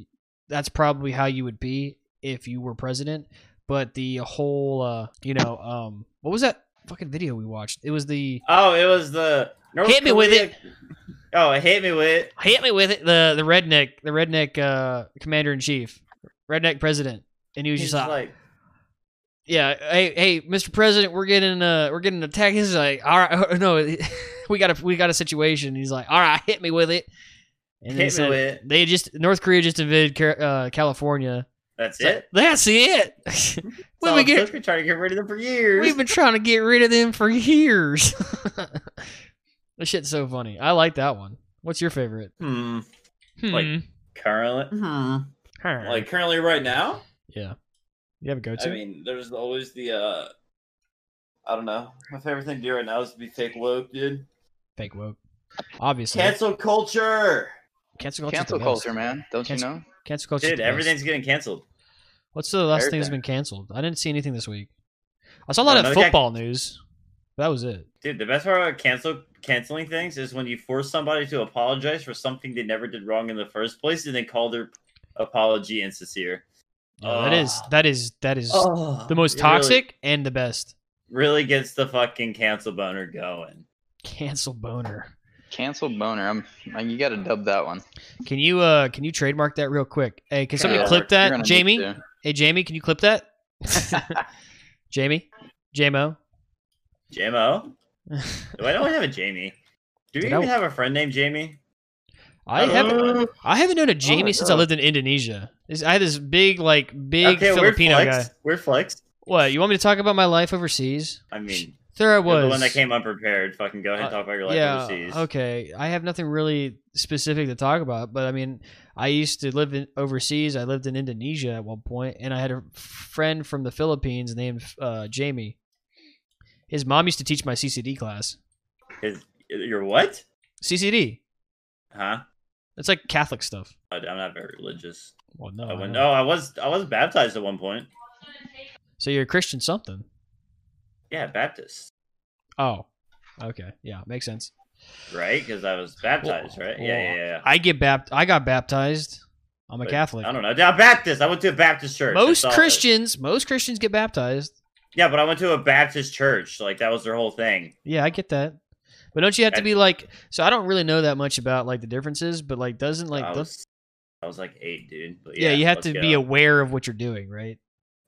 B: that's probably how you would be if you were president. But the whole, uh, you know, um, what was that fucking video we watched? It was the
D: Oh, it was the North
B: Hit me with
D: Korea- Oh, it hit me with it.
B: hit me with it. The the redneck, the redneck uh, commander in chief, redneck president, and he was
D: He's
B: just like,
D: like,
B: yeah hey hey mr president we're getting uh we're getting attacked he's like all right no we got a we got a situation he's like all right hit me with it and
D: hit
B: they
D: me
B: said-
D: with it.
B: they just north korea just invaded Ca- uh, california
D: That's
B: It's like,
D: it.
B: that's it when we
D: We've
B: get
D: been trying to get rid of them for years.
B: we've been trying to get rid of them for years that shit's so funny i like that one what's your favorite
D: hmm.
B: Hmm.
D: Like- Currently,
B: Huh.
E: Like currently, right now,
B: yeah you have a go-to
E: I mean, there's always the uh, I don't know. My favorite thing to do right now is to be fake woke, dude.
B: fake woke obviously
E: Cancel culture.
B: cancel culture
C: Cancel culture, man. Don't you
B: Cancel-
C: know?
B: cancel culture
D: dude, everything's getting canceled.
B: What's the last thing that's
C: Everything.
B: been canceled? I didn't see anything this week. I saw a lot
D: Uh,
B: of
D: another guy-
B: football news. That was it.
D: Dude, the best part about cancel canceling things is when you force somebody to apologize for something they never did wrong in the first place, and they call their apology insincere.
B: Oh, that is that is that is
E: Oh,
B: the most
D: it really-
B: toxic and the best.
D: Really gets the fucking cancel boner going.
B: Cancel boner.
C: Cancel boner. I'm. Like, you got to dub that one.
B: Can you uh can you trademark that real quick? Hey, can somebody
C: Yeah.
B: clip
C: You're gonna
B: that,
C: need
B: Jamie?
C: to.
B: Hey, Jamie, can you clip that? Jamie, JMO.
D: JMO? Do I don't have a Jamie? Do we
B: Did I-
D: even have a friend named Jamie?
B: I
D: don't
B: haven't
D: know.
B: I haven't known
E: my
B: a Jamie since I
E: God.
B: lived in Indonesia. This- I had this big like big
D: okay,
B: Filipino
D: we're
B: guy.
D: flexed. We're flexed.
B: What you want me to talk about my life overseas?
D: I mean,
B: There I
D: You're
B: was.
D: the one that came unprepared. Fucking go ahead and
B: Uh,
D: talk about your life
B: yeah,
D: overseas.
B: Okay. I have nothing really specific to talk about, but I mean, I used to live in overseas. I lived in Indonesia at one point, and I had a friend from the Philippines named uh, Jamie. His mom used to teach my CCD class.
D: His, your what?
B: CCD,
D: Huh?
B: It's like Catholic stuff.
D: I- I'm not very religious.
B: Well, no.
D: I
B: I
D: went,
B: know.
D: Oh, no, I was I was baptized at one point.
B: So you're a Christian something.
D: Yeah, Baptist,
B: Oh, okay. Yeah, makes sense.
D: right? Because I was baptized, right? Yeah, yeah, yeah.
B: I get bapt. I got baptized. I'm a
D: But
B: Catholic.
D: I don't know. Yeah, Baptist. I went to a Baptist church.
B: Most
D: That's all it-
B: Christians, most Christians get baptized.
D: Yeah, but I went to a Baptist church. Like that was their whole thing.
B: Yeah, I get that. But don't you have to
D: I-
B: be like? So I don't really know that much about like the differences, but like doesn't like
D: I
B: the-
D: was, I was like eight, dude. But
B: yeah, you have
D: let's
B: to
D: go.
B: be aware of what you're doing, right?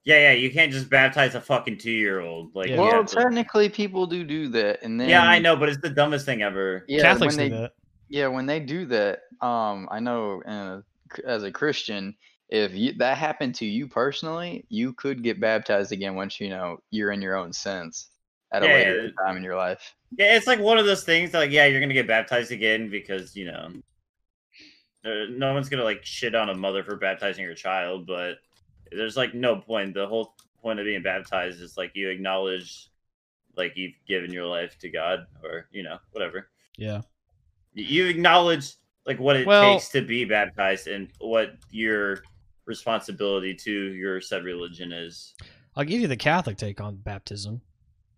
D: Yeah, yeah. You can't just baptize a fucking two year old. Like,
B: Yeah.
D: you
C: Well,
D: have to-
C: technically, people do do that, and then
D: yeah, I know, but it's the dumbest thing ever.
C: Yeah,
B: Catholics
C: when they
B: do that.
C: yeah when they do that, um, I know uh, c- as a Christian, if you, that happened to you personally, you could get baptized again once you know you're in your own sins at a
D: Yeah,
C: later time in your life.
D: Yeah, it's like one of those things. Like, yeah, you're gonna get baptized again because you know, there- no one's gonna like shit on a mother for baptizing her child. But there's like no point. The whole point of being baptized is like you acknowledge, like you've given your life to God, or you know, whatever.
B: Yeah.
D: Y- You acknowledge like what it
B: Well-
D: takes to be baptized and what your responsibility to your said religion is.
B: I'll give you the Catholic take on baptism.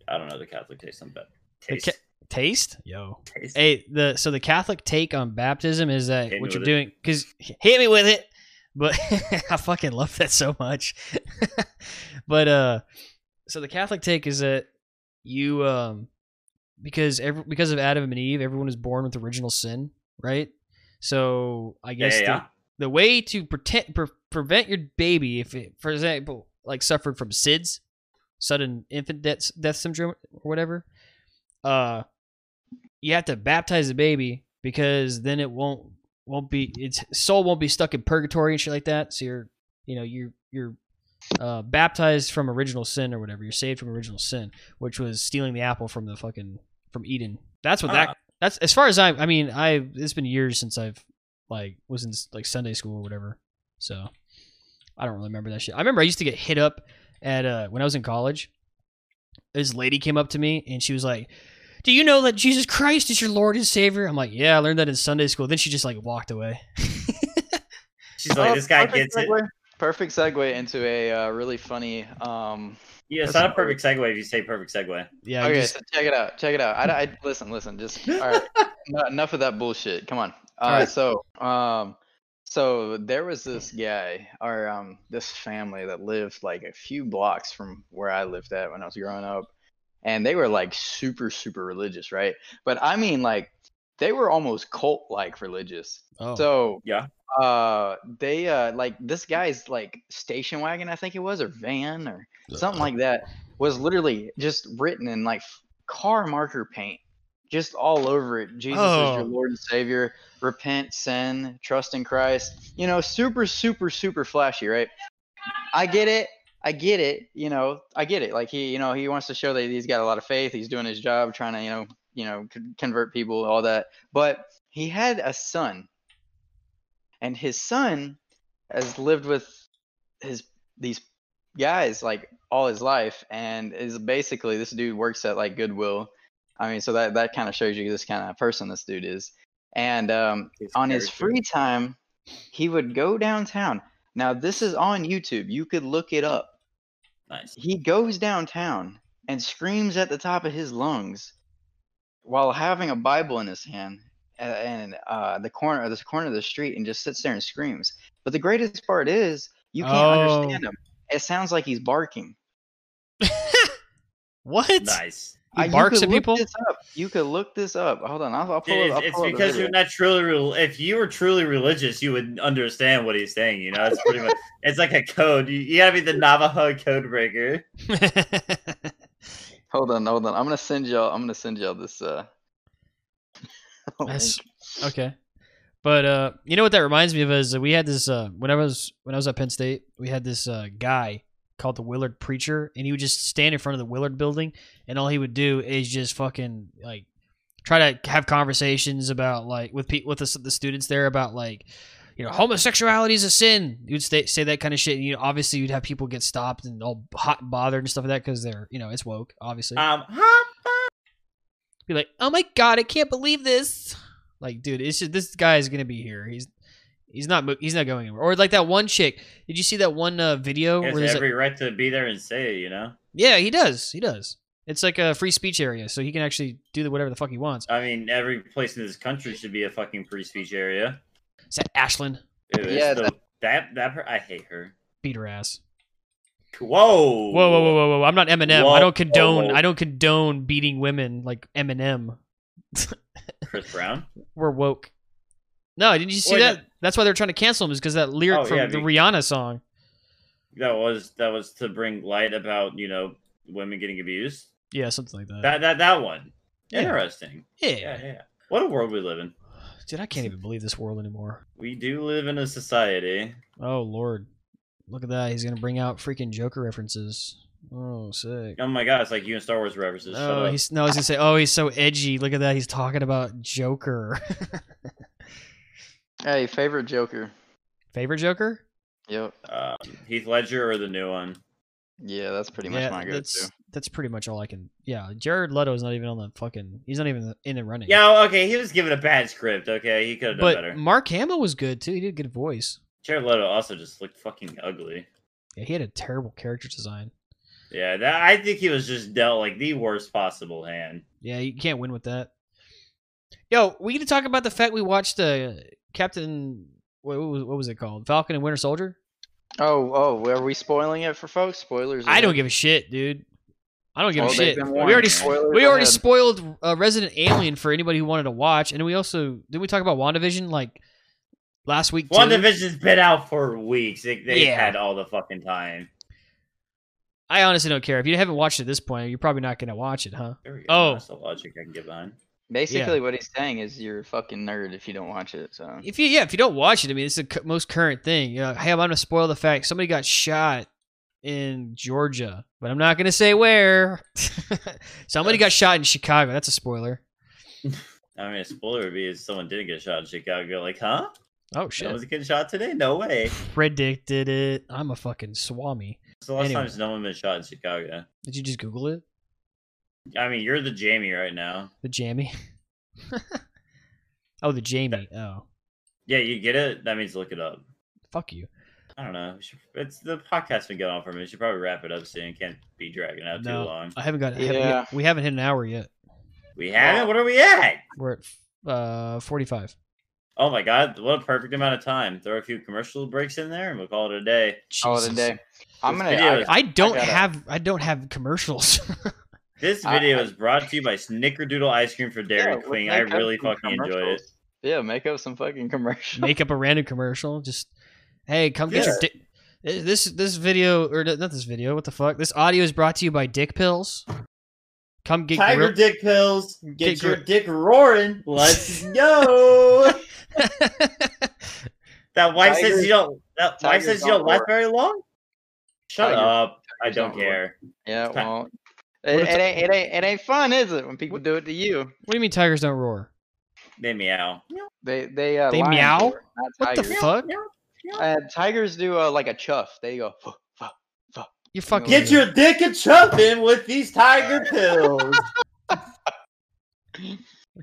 D: I don't know the Catholic taste. I'm bad.
B: The
D: Taste,
B: ca- taste, yo.
D: taste.
B: Hey, the so the Catholic take on baptism is that
D: Hit me
B: what you're
D: with it.
B: doing because hit me with it. But I fucking love that so much. but uh, so the Catholic take is that you um because every, because of Adam and Eve, everyone is born with original sin, right? So I
D: Yeah,
B: guess
D: yeah,
B: the-
D: yeah.
B: the way to protect pre- prevent your baby if it, for example like suffered from SIDS, sudden infant death death syndrome or whatever, uh, you have to baptize the baby because then it won't won't be its soul won't be stuck in purgatory and shit like that. So you're you know you're you're uh, baptized from original sin or whatever. You're saved from original sin, which was stealing the apple from the fucking from Eden. That's what
D: Ah.
B: that. That's as far as I. I mean, I. It's been years since I've like was in like Sunday school or whatever. So I don't really remember that shit. I remember I used to get hit up at uh when I was in college. This lady came up to me and she was like, "Do you know that Jesus Christ is your Lord and Savior?" I'm like, "Yeah, I learned that in Sunday school." Then she just like walked away.
D: She's like,
C: Oh,
D: this guy
C: perfect
D: gets it.
C: segue- Perfect segue into a uh, really funny um,
D: Yeah,
C: That's
D: it's not a
C: not weird.
D: perfect segue if you say perfect segue.
B: Yeah.
C: okay,
B: just-
C: so check it out. Check it out. I, I listen, listen. Just all right. No- enough of that bullshit. Come on. Uh,
B: All right.
C: So, um, so there was this guy or um this family that lived like a few blocks from where I lived at when I was growing up, and they were like super super religious, right? But I mean like they were almost cult like religious.
B: oh.
C: So
D: Yeah.
C: uh, they uh like this guy's like station wagon, I think it was, or van or something like that, was literally just written in like f- car marker paint, just all over it. Jesus is
B: Oh.
C: your Lord and Savior. Repent, sin, trust in Christ. You know, super, super, super flashy, right? I get it. I get it. You know, I get it. Like he, you know, he wants to show that he's got a lot of faith. He's doing his job, trying to, you know, you know, con- convert people, all that. But he had a son, and his son has lived with his these guys like all his life, and is basically this dude works at like Goodwill. I mean, so that that kind of shows you this kind of person this dude is. And um,
D: His
C: on his
D: character.
C: free time, he would go downtown. Now this is on YouTube. You could look it up
D: Nice.
C: he goes downtown and screams at the top of his lungs while having a Bible in his hand a- and uh, the corner this corner of the street and just sits there and screams. But the greatest part is you can't
B: Oh.
C: understand him. It sounds like he's barking.
B: what?
D: Nice.
B: He
C: Uh, you
B: barks
C: could
B: at
C: look
B: people.
C: This up. You could look this up. Hold on, I'll, I'll pull it.
D: Dude,
C: I'll
D: it's, it's
C: pull up the
D: because
C: video.
D: you're not truly. Rel- if you were truly religious, you would understand what he's saying. You know, it's pretty much. It's like a code. You, you gotta be the Navajo code breaker.
C: Hold on, hold on. I'm gonna send y'all. I'm gonna send y'all this. Uh, oh,
B: That's-
C: link.
B: Okay. But uh, you know what that reminds me of is that we had this uh, when I was when I was at Penn State, we had this uh, guy called the Willard preacher, and he would just stand in front of the Willard building, and all he would do is just fucking like try to have conversations about like with pe- with the, s- the students there about like you know homosexuality is a sin. You'd stay, say that kind of shit, and you know, obviously you'd have people get stopped and all hot and bothered and stuff like that because they're you know it's woke, obviously.
D: Um, huh?
B: Be like, oh my god, I can't believe this. Like, dude, it's just, this guy is gonna be here. He's he's not mo- he's not going anywhere. Or like that one chick. Did you see that one uh, video
D: He has
B: where there's a-
D: every right to be there and say it, you know?
B: yeah, he does. He does. It's like a free speech area, so he can actually do the, whatever the fuck he wants.
D: I mean, every place in this country should be a fucking free speech area.
B: Is that Ashlyn?
D: Ew, it's
C: Yeah,
D: the- that, that, per I hate her.
B: Beat her ass.
D: Whoa.
B: Whoa, whoa, whoa, whoa, whoa! I'm not Eminem. I
D: Whoa.
B: don't condone. I don't condone beating women like Eminem.
D: Chris Brown?
B: We're woke. No, didn't you see
D: Wait,
B: that?
D: no.
B: That's why they're trying to cancel him is because that lyric
D: Oh,
B: from
D: yeah,
B: the
D: be-
B: Rihanna song.
D: That was, that was to bring light about, you know, women getting abused.
B: Yeah, something like that.
D: That, that, that one.
B: Yeah.
D: Interesting.
B: yeah.
D: Yeah, yeah. What a world we live in.
B: dude, I can't even believe this world anymore.
D: We do live in a society.
B: Oh lord, look at that! He's gonna bring out freaking Joker references. Oh, sick.
D: Oh my god, it's like you and Star Wars references. Shut
B: No,
D: up.
B: he's no, he's gonna say, "Oh, he's so edgy." Look at that! He's talking about Joker.
C: Hey, favorite Joker.
B: Favorite Joker?
C: Yep.
D: Um, Heath Ledger or the new one?
C: Yeah, that's pretty much my go
B: that's
C: to.
B: that's pretty much all I can. Yeah, Jared Leto is not even on the fucking. He's not even in the running.
D: Yeah, okay, he was given a bad script. Okay, he could have done
B: but
D: better.
B: Mark Hamill was good too. He did a good voice.
D: Jared Leto also just looked fucking ugly.
B: Yeah, he had a terrible character design.
D: Yeah, that, I think he was just dealt like the worst possible hand.
B: Yeah, you can't win with that. Yo, we need to talk about the fact we watched uh, Captain. What, what was, what was it called? Falcon and Winter Soldier.
C: Oh, oh, are we spoiling it for folks? Spoilers.
B: I don't
C: ahead.
B: give a shit, dude. I don't give
C: Well,
B: a
C: Oh, they've
B: shit.
C: been
B: We
C: warned.
B: already
C: Spoilers
B: we already
C: ahead.
B: spoiled uh, Resident Alien for anybody who wanted to watch, and we also did we talk about Wandavision like last week? too?
D: WandaVision's been out for weeks. They, they
B: Yeah.
D: had all the fucking time.
B: I honestly don't care if you haven't watched it at this point. You're probably not gonna watch it, huh?
D: There we go.
B: Oh.
D: That's the logic I can get behind.
C: Basically, what he's saying is you're a fucking nerd if you don't watch it. So
B: If you yeah, if you don't watch it, I mean, it's the cu- most current thing. You're like, hey, I'm gonna spoil the fact somebody got shot in Georgia, but I'm not gonna say where. somebody got shot in Chicago. That's a spoiler.
D: I mean, a spoiler would be if someone didn't get shot in Chicago. Like, huh?
B: Oh shit!
D: Someone's getting shot today? No way.
B: Predicted it. I'm a fucking swami.
D: So last
B: Anyway.
D: time no one been shot in Chicago.
B: Did you just Google it?
D: I mean, you're the Jamie right now.
B: The jammy. oh, the Jamie. Oh,
D: Yeah, you get it. That means look it up.
B: fuck you.
D: I don't know. we should- It's the podcast been going on for a minute. We should probably wrap it up soon. It Can't be dragging out
B: No.
D: too long.
B: I haven't got. I haven't
C: Yeah.
B: hit- we haven't hit an hour yet.
D: We haven't. What are we at?
B: We're at uh 45.
D: Oh my god! What a perfect amount of time. Throw a few commercial breaks in there, and we'll call it a day.
C: call it a
B: Jesus.
C: day. I'm
D: This
C: gonna.
D: video
C: I,
D: is-
B: I don't
C: gotta-
B: have. I don't have commercials.
D: This
C: I-
D: video
C: I-
D: is brought to you by Snickerdoodle Ice Cream for Dairy
C: yeah, we'll
D: Queen. I
C: make up
D: really
C: some
D: fucking enjoyed it.
C: commercials. Yeah, make up some fucking commercials.
B: Make up a random commercial. Just hey, come get your
D: Yeah.
B: dick. Eh, This this video or not this video? What the fuck? This audio is brought to you by Dick Pills. Come get
D: Tiger
B: grilled-
D: dick pills. Get,
B: Get
D: your
B: gri-
D: dick roaring. Let's go. That wife
C: Tigers-
D: says you don't. That wife
C: tigers
D: says you
C: don't
D: don't last
C: roar.
D: very long. Shut
C: Tigers-
D: up! I
C: tigers
D: don't
C: don't roar.
D: care.
C: yeah,
D: It's time.
C: well,
B: What
C: it,
B: if
C: it ain't it ain't it ain't fun, is it? When people do it to you,
B: what do you mean tigers don't roar?
D: They meow.
C: they they uh,
B: They
C: lions
B: meow?
C: do it, not
B: What the
C: tigers.
B: fuck?
C: Uh, tigers do uh, like a chuff. They go. "Fuh, fuh."
B: You're fucking.
D: Get your dick and chuffing with these tiger pills.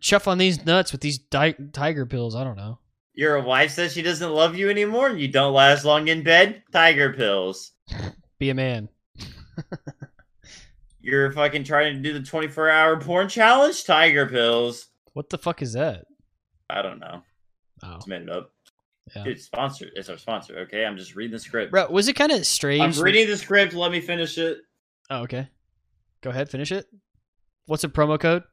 B: chuff on these nuts with these di- tiger pills. I don't know.
D: Your wife says she doesn't love you anymore and you don't last long in bed. Tiger pills.
B: Be a man.
D: You're fucking trying to do the 24 hour porn challenge. Tiger pills.
B: What the fuck is that?
D: I don't know.
B: Oh,
D: It's made it up.
B: Yeah.
D: Dude, sponsor. It's our sponsor. Okay, I'm just reading the script.
B: bro, was it kind of strange?
D: I'm reading the script. Let me finish it.
B: Oh, okay. Go ahead, finish it. What's a promo code?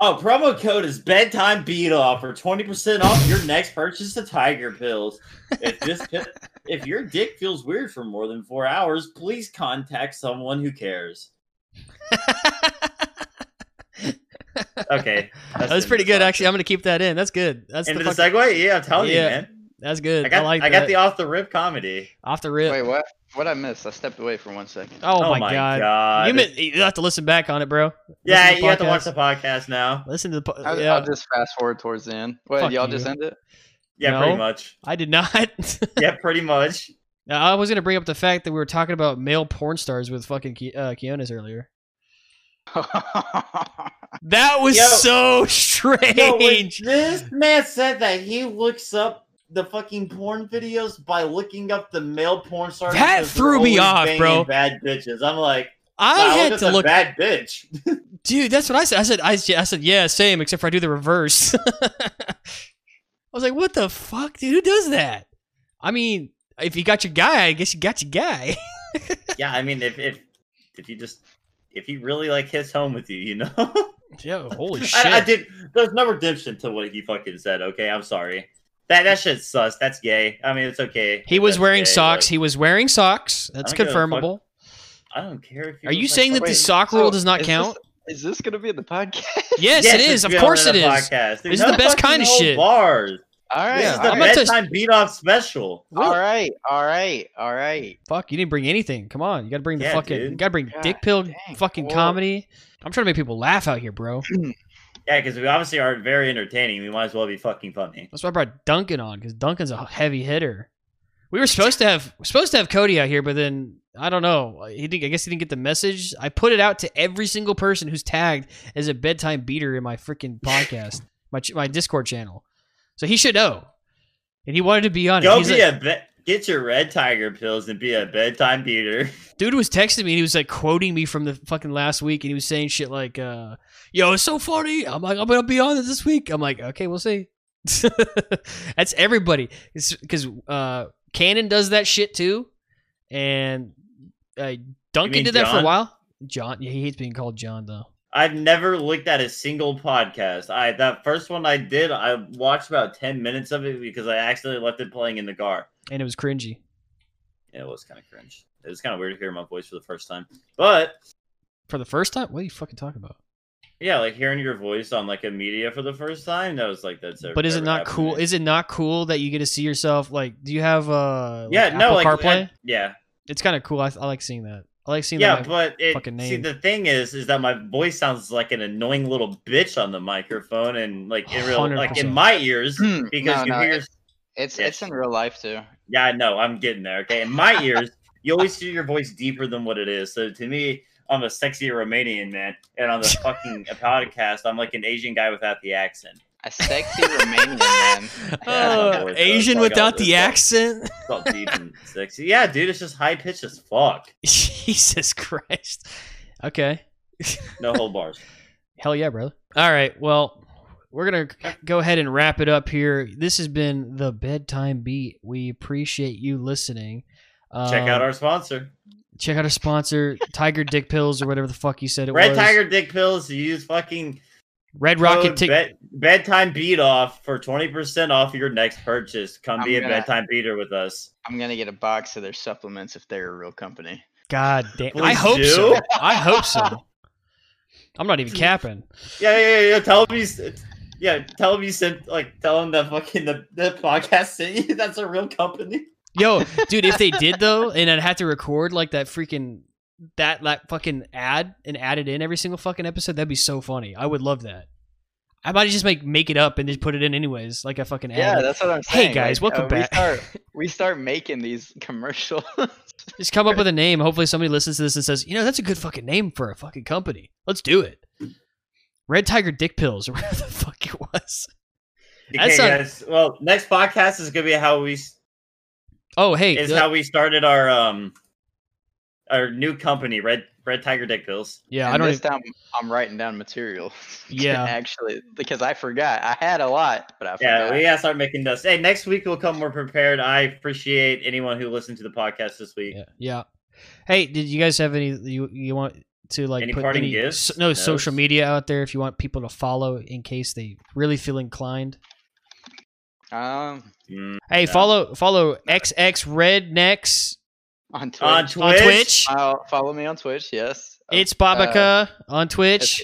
D: Oh, promo code is bedtime beat off for twenty percent off your next purchase of Tiger Pills. If this pi- if your dick feels weird for more than four hours, please contact someone who cares. Okay,
B: That was pretty good, actually. I'm gonna keep that in. That's good. That's
D: Into
B: the
D: the
B: fuck-
D: segue, yeah, I'm telling
B: Yeah,
D: you, man.
B: that's good.
D: I
B: I,
D: got I,
B: like
D: got
B: that.
D: the off the rip comedy.
B: off the rip.
C: Wait, what? What I missed? I stepped away for one second.
B: oh, my, god. You meant you have to listen back on it, bro.
D: yeah,
B: listen to
D: you have to
B: podcasts.
D: watch the podcast now.
B: Listen to the po-
C: I'll,
B: yeah.
C: I'll just fast forward towards the end. Wait,
B: Fuck
C: y'all
B: you.
C: just end it?
D: Yeah,
B: No.
D: pretty much.
B: I did not.
D: Yeah, pretty much.
B: now, I was gonna bring up the fact that we were talking about male porn stars with fucking Ki- uh, Keonis earlier. That was
D: Yo.
B: so strange.
D: Yo, when this man said that he looks up the fucking porn videos by looking up the male porn stars.
B: That
D: because they're
B: threw me
D: always
B: off,
D: banging
B: bro.
D: Bad bitches. I'm like,
B: I
D: wow,
B: had
D: look
B: to
D: at the
B: look,
D: bad bitch.
B: dude. That's what I said. I said, I, I said, yeah, same, except for I do the reverse. I was like, what the fuck, dude? Who does that? I mean, if you got your guy, I guess you got your guy.
D: yeah, I mean, if if if you just if you really like his home with you, you know.
B: Yo, holy shit!
D: I, I did. There's no redemption to what he fucking said. Okay, I'm sorry. That that shit's sus. That's gay. I mean, it's okay.
B: He
D: if
B: was
D: that's
B: wearing
D: gay,
B: socks.
D: like,
B: he was wearing socks. That's
D: don't give a fuck.
B: confirmable.
D: I don't care if. he
B: Are you
D: was like
B: saying that
D: fucking-
B: the
C: Wait,
B: sock
C: so
B: rule does not
C: is
B: count?
C: This, is this gonna be in the podcast?
B: Yes, it
D: it's
B: is. Of
D: been
B: course
D: on
B: it
D: the
B: is.
D: podcast. Dude,
B: This is
D: no
B: the best
D: fucking
B: kind of
D: old
B: shit.
D: Bars.
C: all right,
D: This is
B: Yeah,
D: the
B: I'm
C: all,
B: about
C: right
B: to-
D: bedtime beat off special.
C: all right, all right, all right.
B: Fuck, you didn't bring anything. Come on, you got to bring the
D: Yeah,
B: fucking.
D: dude.
B: You got to bring
C: God
B: dick pill
C: dang,
B: fucking
C: whoa.
B: comedy. I'm trying to make people laugh out here, bro.
D: Yeah, because we obviously aren't very entertaining. We might as well be fucking funny.
B: That's why I brought Duncan on because Duncan's a heavy hitter. We were supposed to have supposed to have Cody out here, but then I don't know. He didn't. I guess he didn't get the message. I put it out to every single person who's tagged as a bedtime beater in my freaking podcast, my ch- my Discord channel. So he should know, and he wanted to be on it.
D: Go
B: He's
D: be
B: like-
D: a be- get your red tiger pills and be a bedtime beater.
B: dude was texting me and he was like quoting me from the fucking last week and he was saying shit like uh yo it's so funny i'm like i'm gonna be on it this week i'm like okay we'll see that's everybody because uh canon does that shit too and uh, duncan
D: mean
B: did that for a
D: John?
B: while john yeah, he hates being called john though
D: I've never looked at a single podcast. I that first one I did, I watched about ten minutes of it because I accidentally left it playing in the car.
B: and it was cringy
D: Yeah, it was kind of cringe. It was kind of weird to hear my voice for the first time, but
B: for the first time what are you fucking talking about
D: yeah, like hearing your voice on like a media for the first time, that was like that's. never-
B: but is it
D: never
B: not
D: happened to
B: cool
D: me.
B: is it not cool that you get to see yourself like do you have uh
D: yeah,
B: Apple
D: no, like
B: carplay
D: I- yeah,
B: it's kind of cool I, I like seeing that i like seeing
D: yeah,
B: that my-
D: but it,
B: fucking
D: see
B: name.
D: the thing is, is that my voice sounds like an annoying little bitch on the microphone, and like in real, like
B: 100%.
D: in my ears,
C: Hmm,
D: because
C: no,
D: you
C: no,
D: hear
C: It's
D: Yeah.
C: it's in real life too.
D: Yeah, I know. I'm getting there. Okay. In my ears, you always hear your voice deeper than what it is. So to me, I'm a sexy Romanian man. And on the fucking podcast, I'm like an Asian guy without the accent.
C: A sexy Romanian man.
B: Oh,
D: Yeah, boy,
B: Asian
D: fuck
B: without
D: all
B: the
D: this.
B: accent.
D: It's all deep and sexy. Yeah, dude, it's just high pitched as fuck.
B: Jesus Christ. Okay.
D: No whole bars.
B: Hell yeah, brother. All right. Well, we're going to go ahead and wrap it up here. This has been the Bedtime Beat. We appreciate you listening.
D: Check out
B: Um,
D: our sponsor.
B: check out our sponsor, Tiger Dick Pills or whatever the fuck you said it
D: Red
B: was.
D: Tiger Dick Pills. You use fucking
B: Red Rocket
D: code
B: Tick.
D: Oh, bed- bedtime beat off for 20% off your next purchase. Come be
C: I'm
D: a
C: gonna-
D: bedtime beater with us.
C: I'm gonna get a box of their supplements if they're a real company.
B: God damn. I
D: Please
B: hope
D: do.
B: so. I hope so. I'm not even capping.
D: Yeah, yeah, yeah. yeah, Tell him you. s- Yeah, tell him you sent. Like, tell him that fucking the, the podcast sent you. That's a real company.
B: Yo, dude, if they did though, and I'd have to record like that freaking that that fucking ad and add it in every single fucking episode, that'd be so funny. I would love that. I might just make make it up and just put it in anyways, like a fucking ad.
C: Yeah, that's what I'm
B: Hey,
C: saying.
B: guys,
C: like, uh,
B: welcome
C: we
B: back.
C: Start, we start making these commercials.
B: just come up with a name. Hopefully, somebody listens to this and says, you know, that's a good fucking name for a fucking company. Let's do it. Red Tiger Dick Pills, or whatever the fuck it was. That
D: Okay,
B: sound-
D: guys. Well, next podcast is gonna be how we s-
B: Oh, hey,
D: is
B: the-
D: how we started our um our new company, Red Red Tiger Dick Pills.
B: yeah,
C: And
B: I don't.
C: This
B: Even,
C: time I'm writing down material.
B: Yeah.
C: actually, because I forgot. I had a lot, but I
D: Yeah,
C: forgot.
D: we gotta start making this. Hey, next week we'll come more prepared. I appreciate anyone who listened to the podcast this week.
B: yeah, yeah. Hey, did you guys have any you you want to like
D: Any parting gifts?
B: s- no
D: No.
B: social media out there if you want people to follow in case they really feel inclined.
C: Um,
D: Mm.
B: Hey,
D: No.
B: follow follow XX Rednecks
C: on Twitch.
D: On Twitch,
B: on Twitch.
C: Follow- follow me on Twitch. Yes. Oh,
B: it's Babica on Twitch.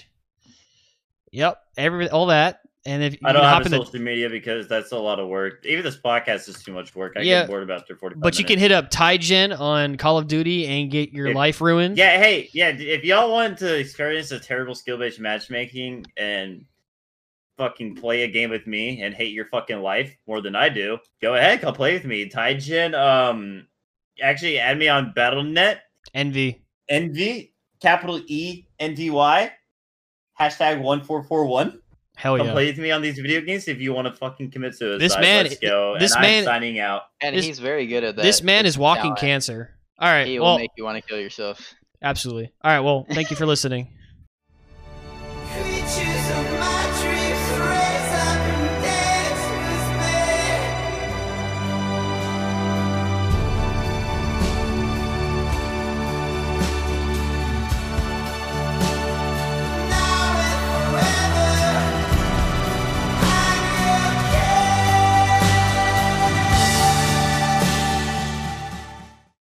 B: Yep, every all that. And if you
D: I
B: can
D: don't
B: hop
D: have a
B: in the,
D: social media because that's a lot of work. Even this podcast is too much work. I
B: Yeah,
D: get bored about after forty.
B: but you can hit up Tygen on Call of Duty and get your
D: If-
B: life ruined.
D: Yeah, hey, yeah. d- If y'all want to experience a terrible skill-based matchmaking and fucking play a game with me and hate your fucking life more than I do, go ahead, come play with me. Taijin, um, actually add me on BattleNet
B: Envy.
D: Envy.
E: capital E N D Y, hashtag one four four one.
B: Hell
D: Come
B: Oh, yeah.
D: play with me on these video games if you want to fucking commit suicide.
B: This man-
D: let's go.
B: this
D: and
B: man-
D: I'm signing out.
C: And
B: This-
C: he's very good at that.
B: This man
C: It's
B: is walking
C: talent.
B: cancer. All right.
C: He will
B: Well,
C: make you want to kill yourself.
B: absolutely. All right. Well, thank you for listening.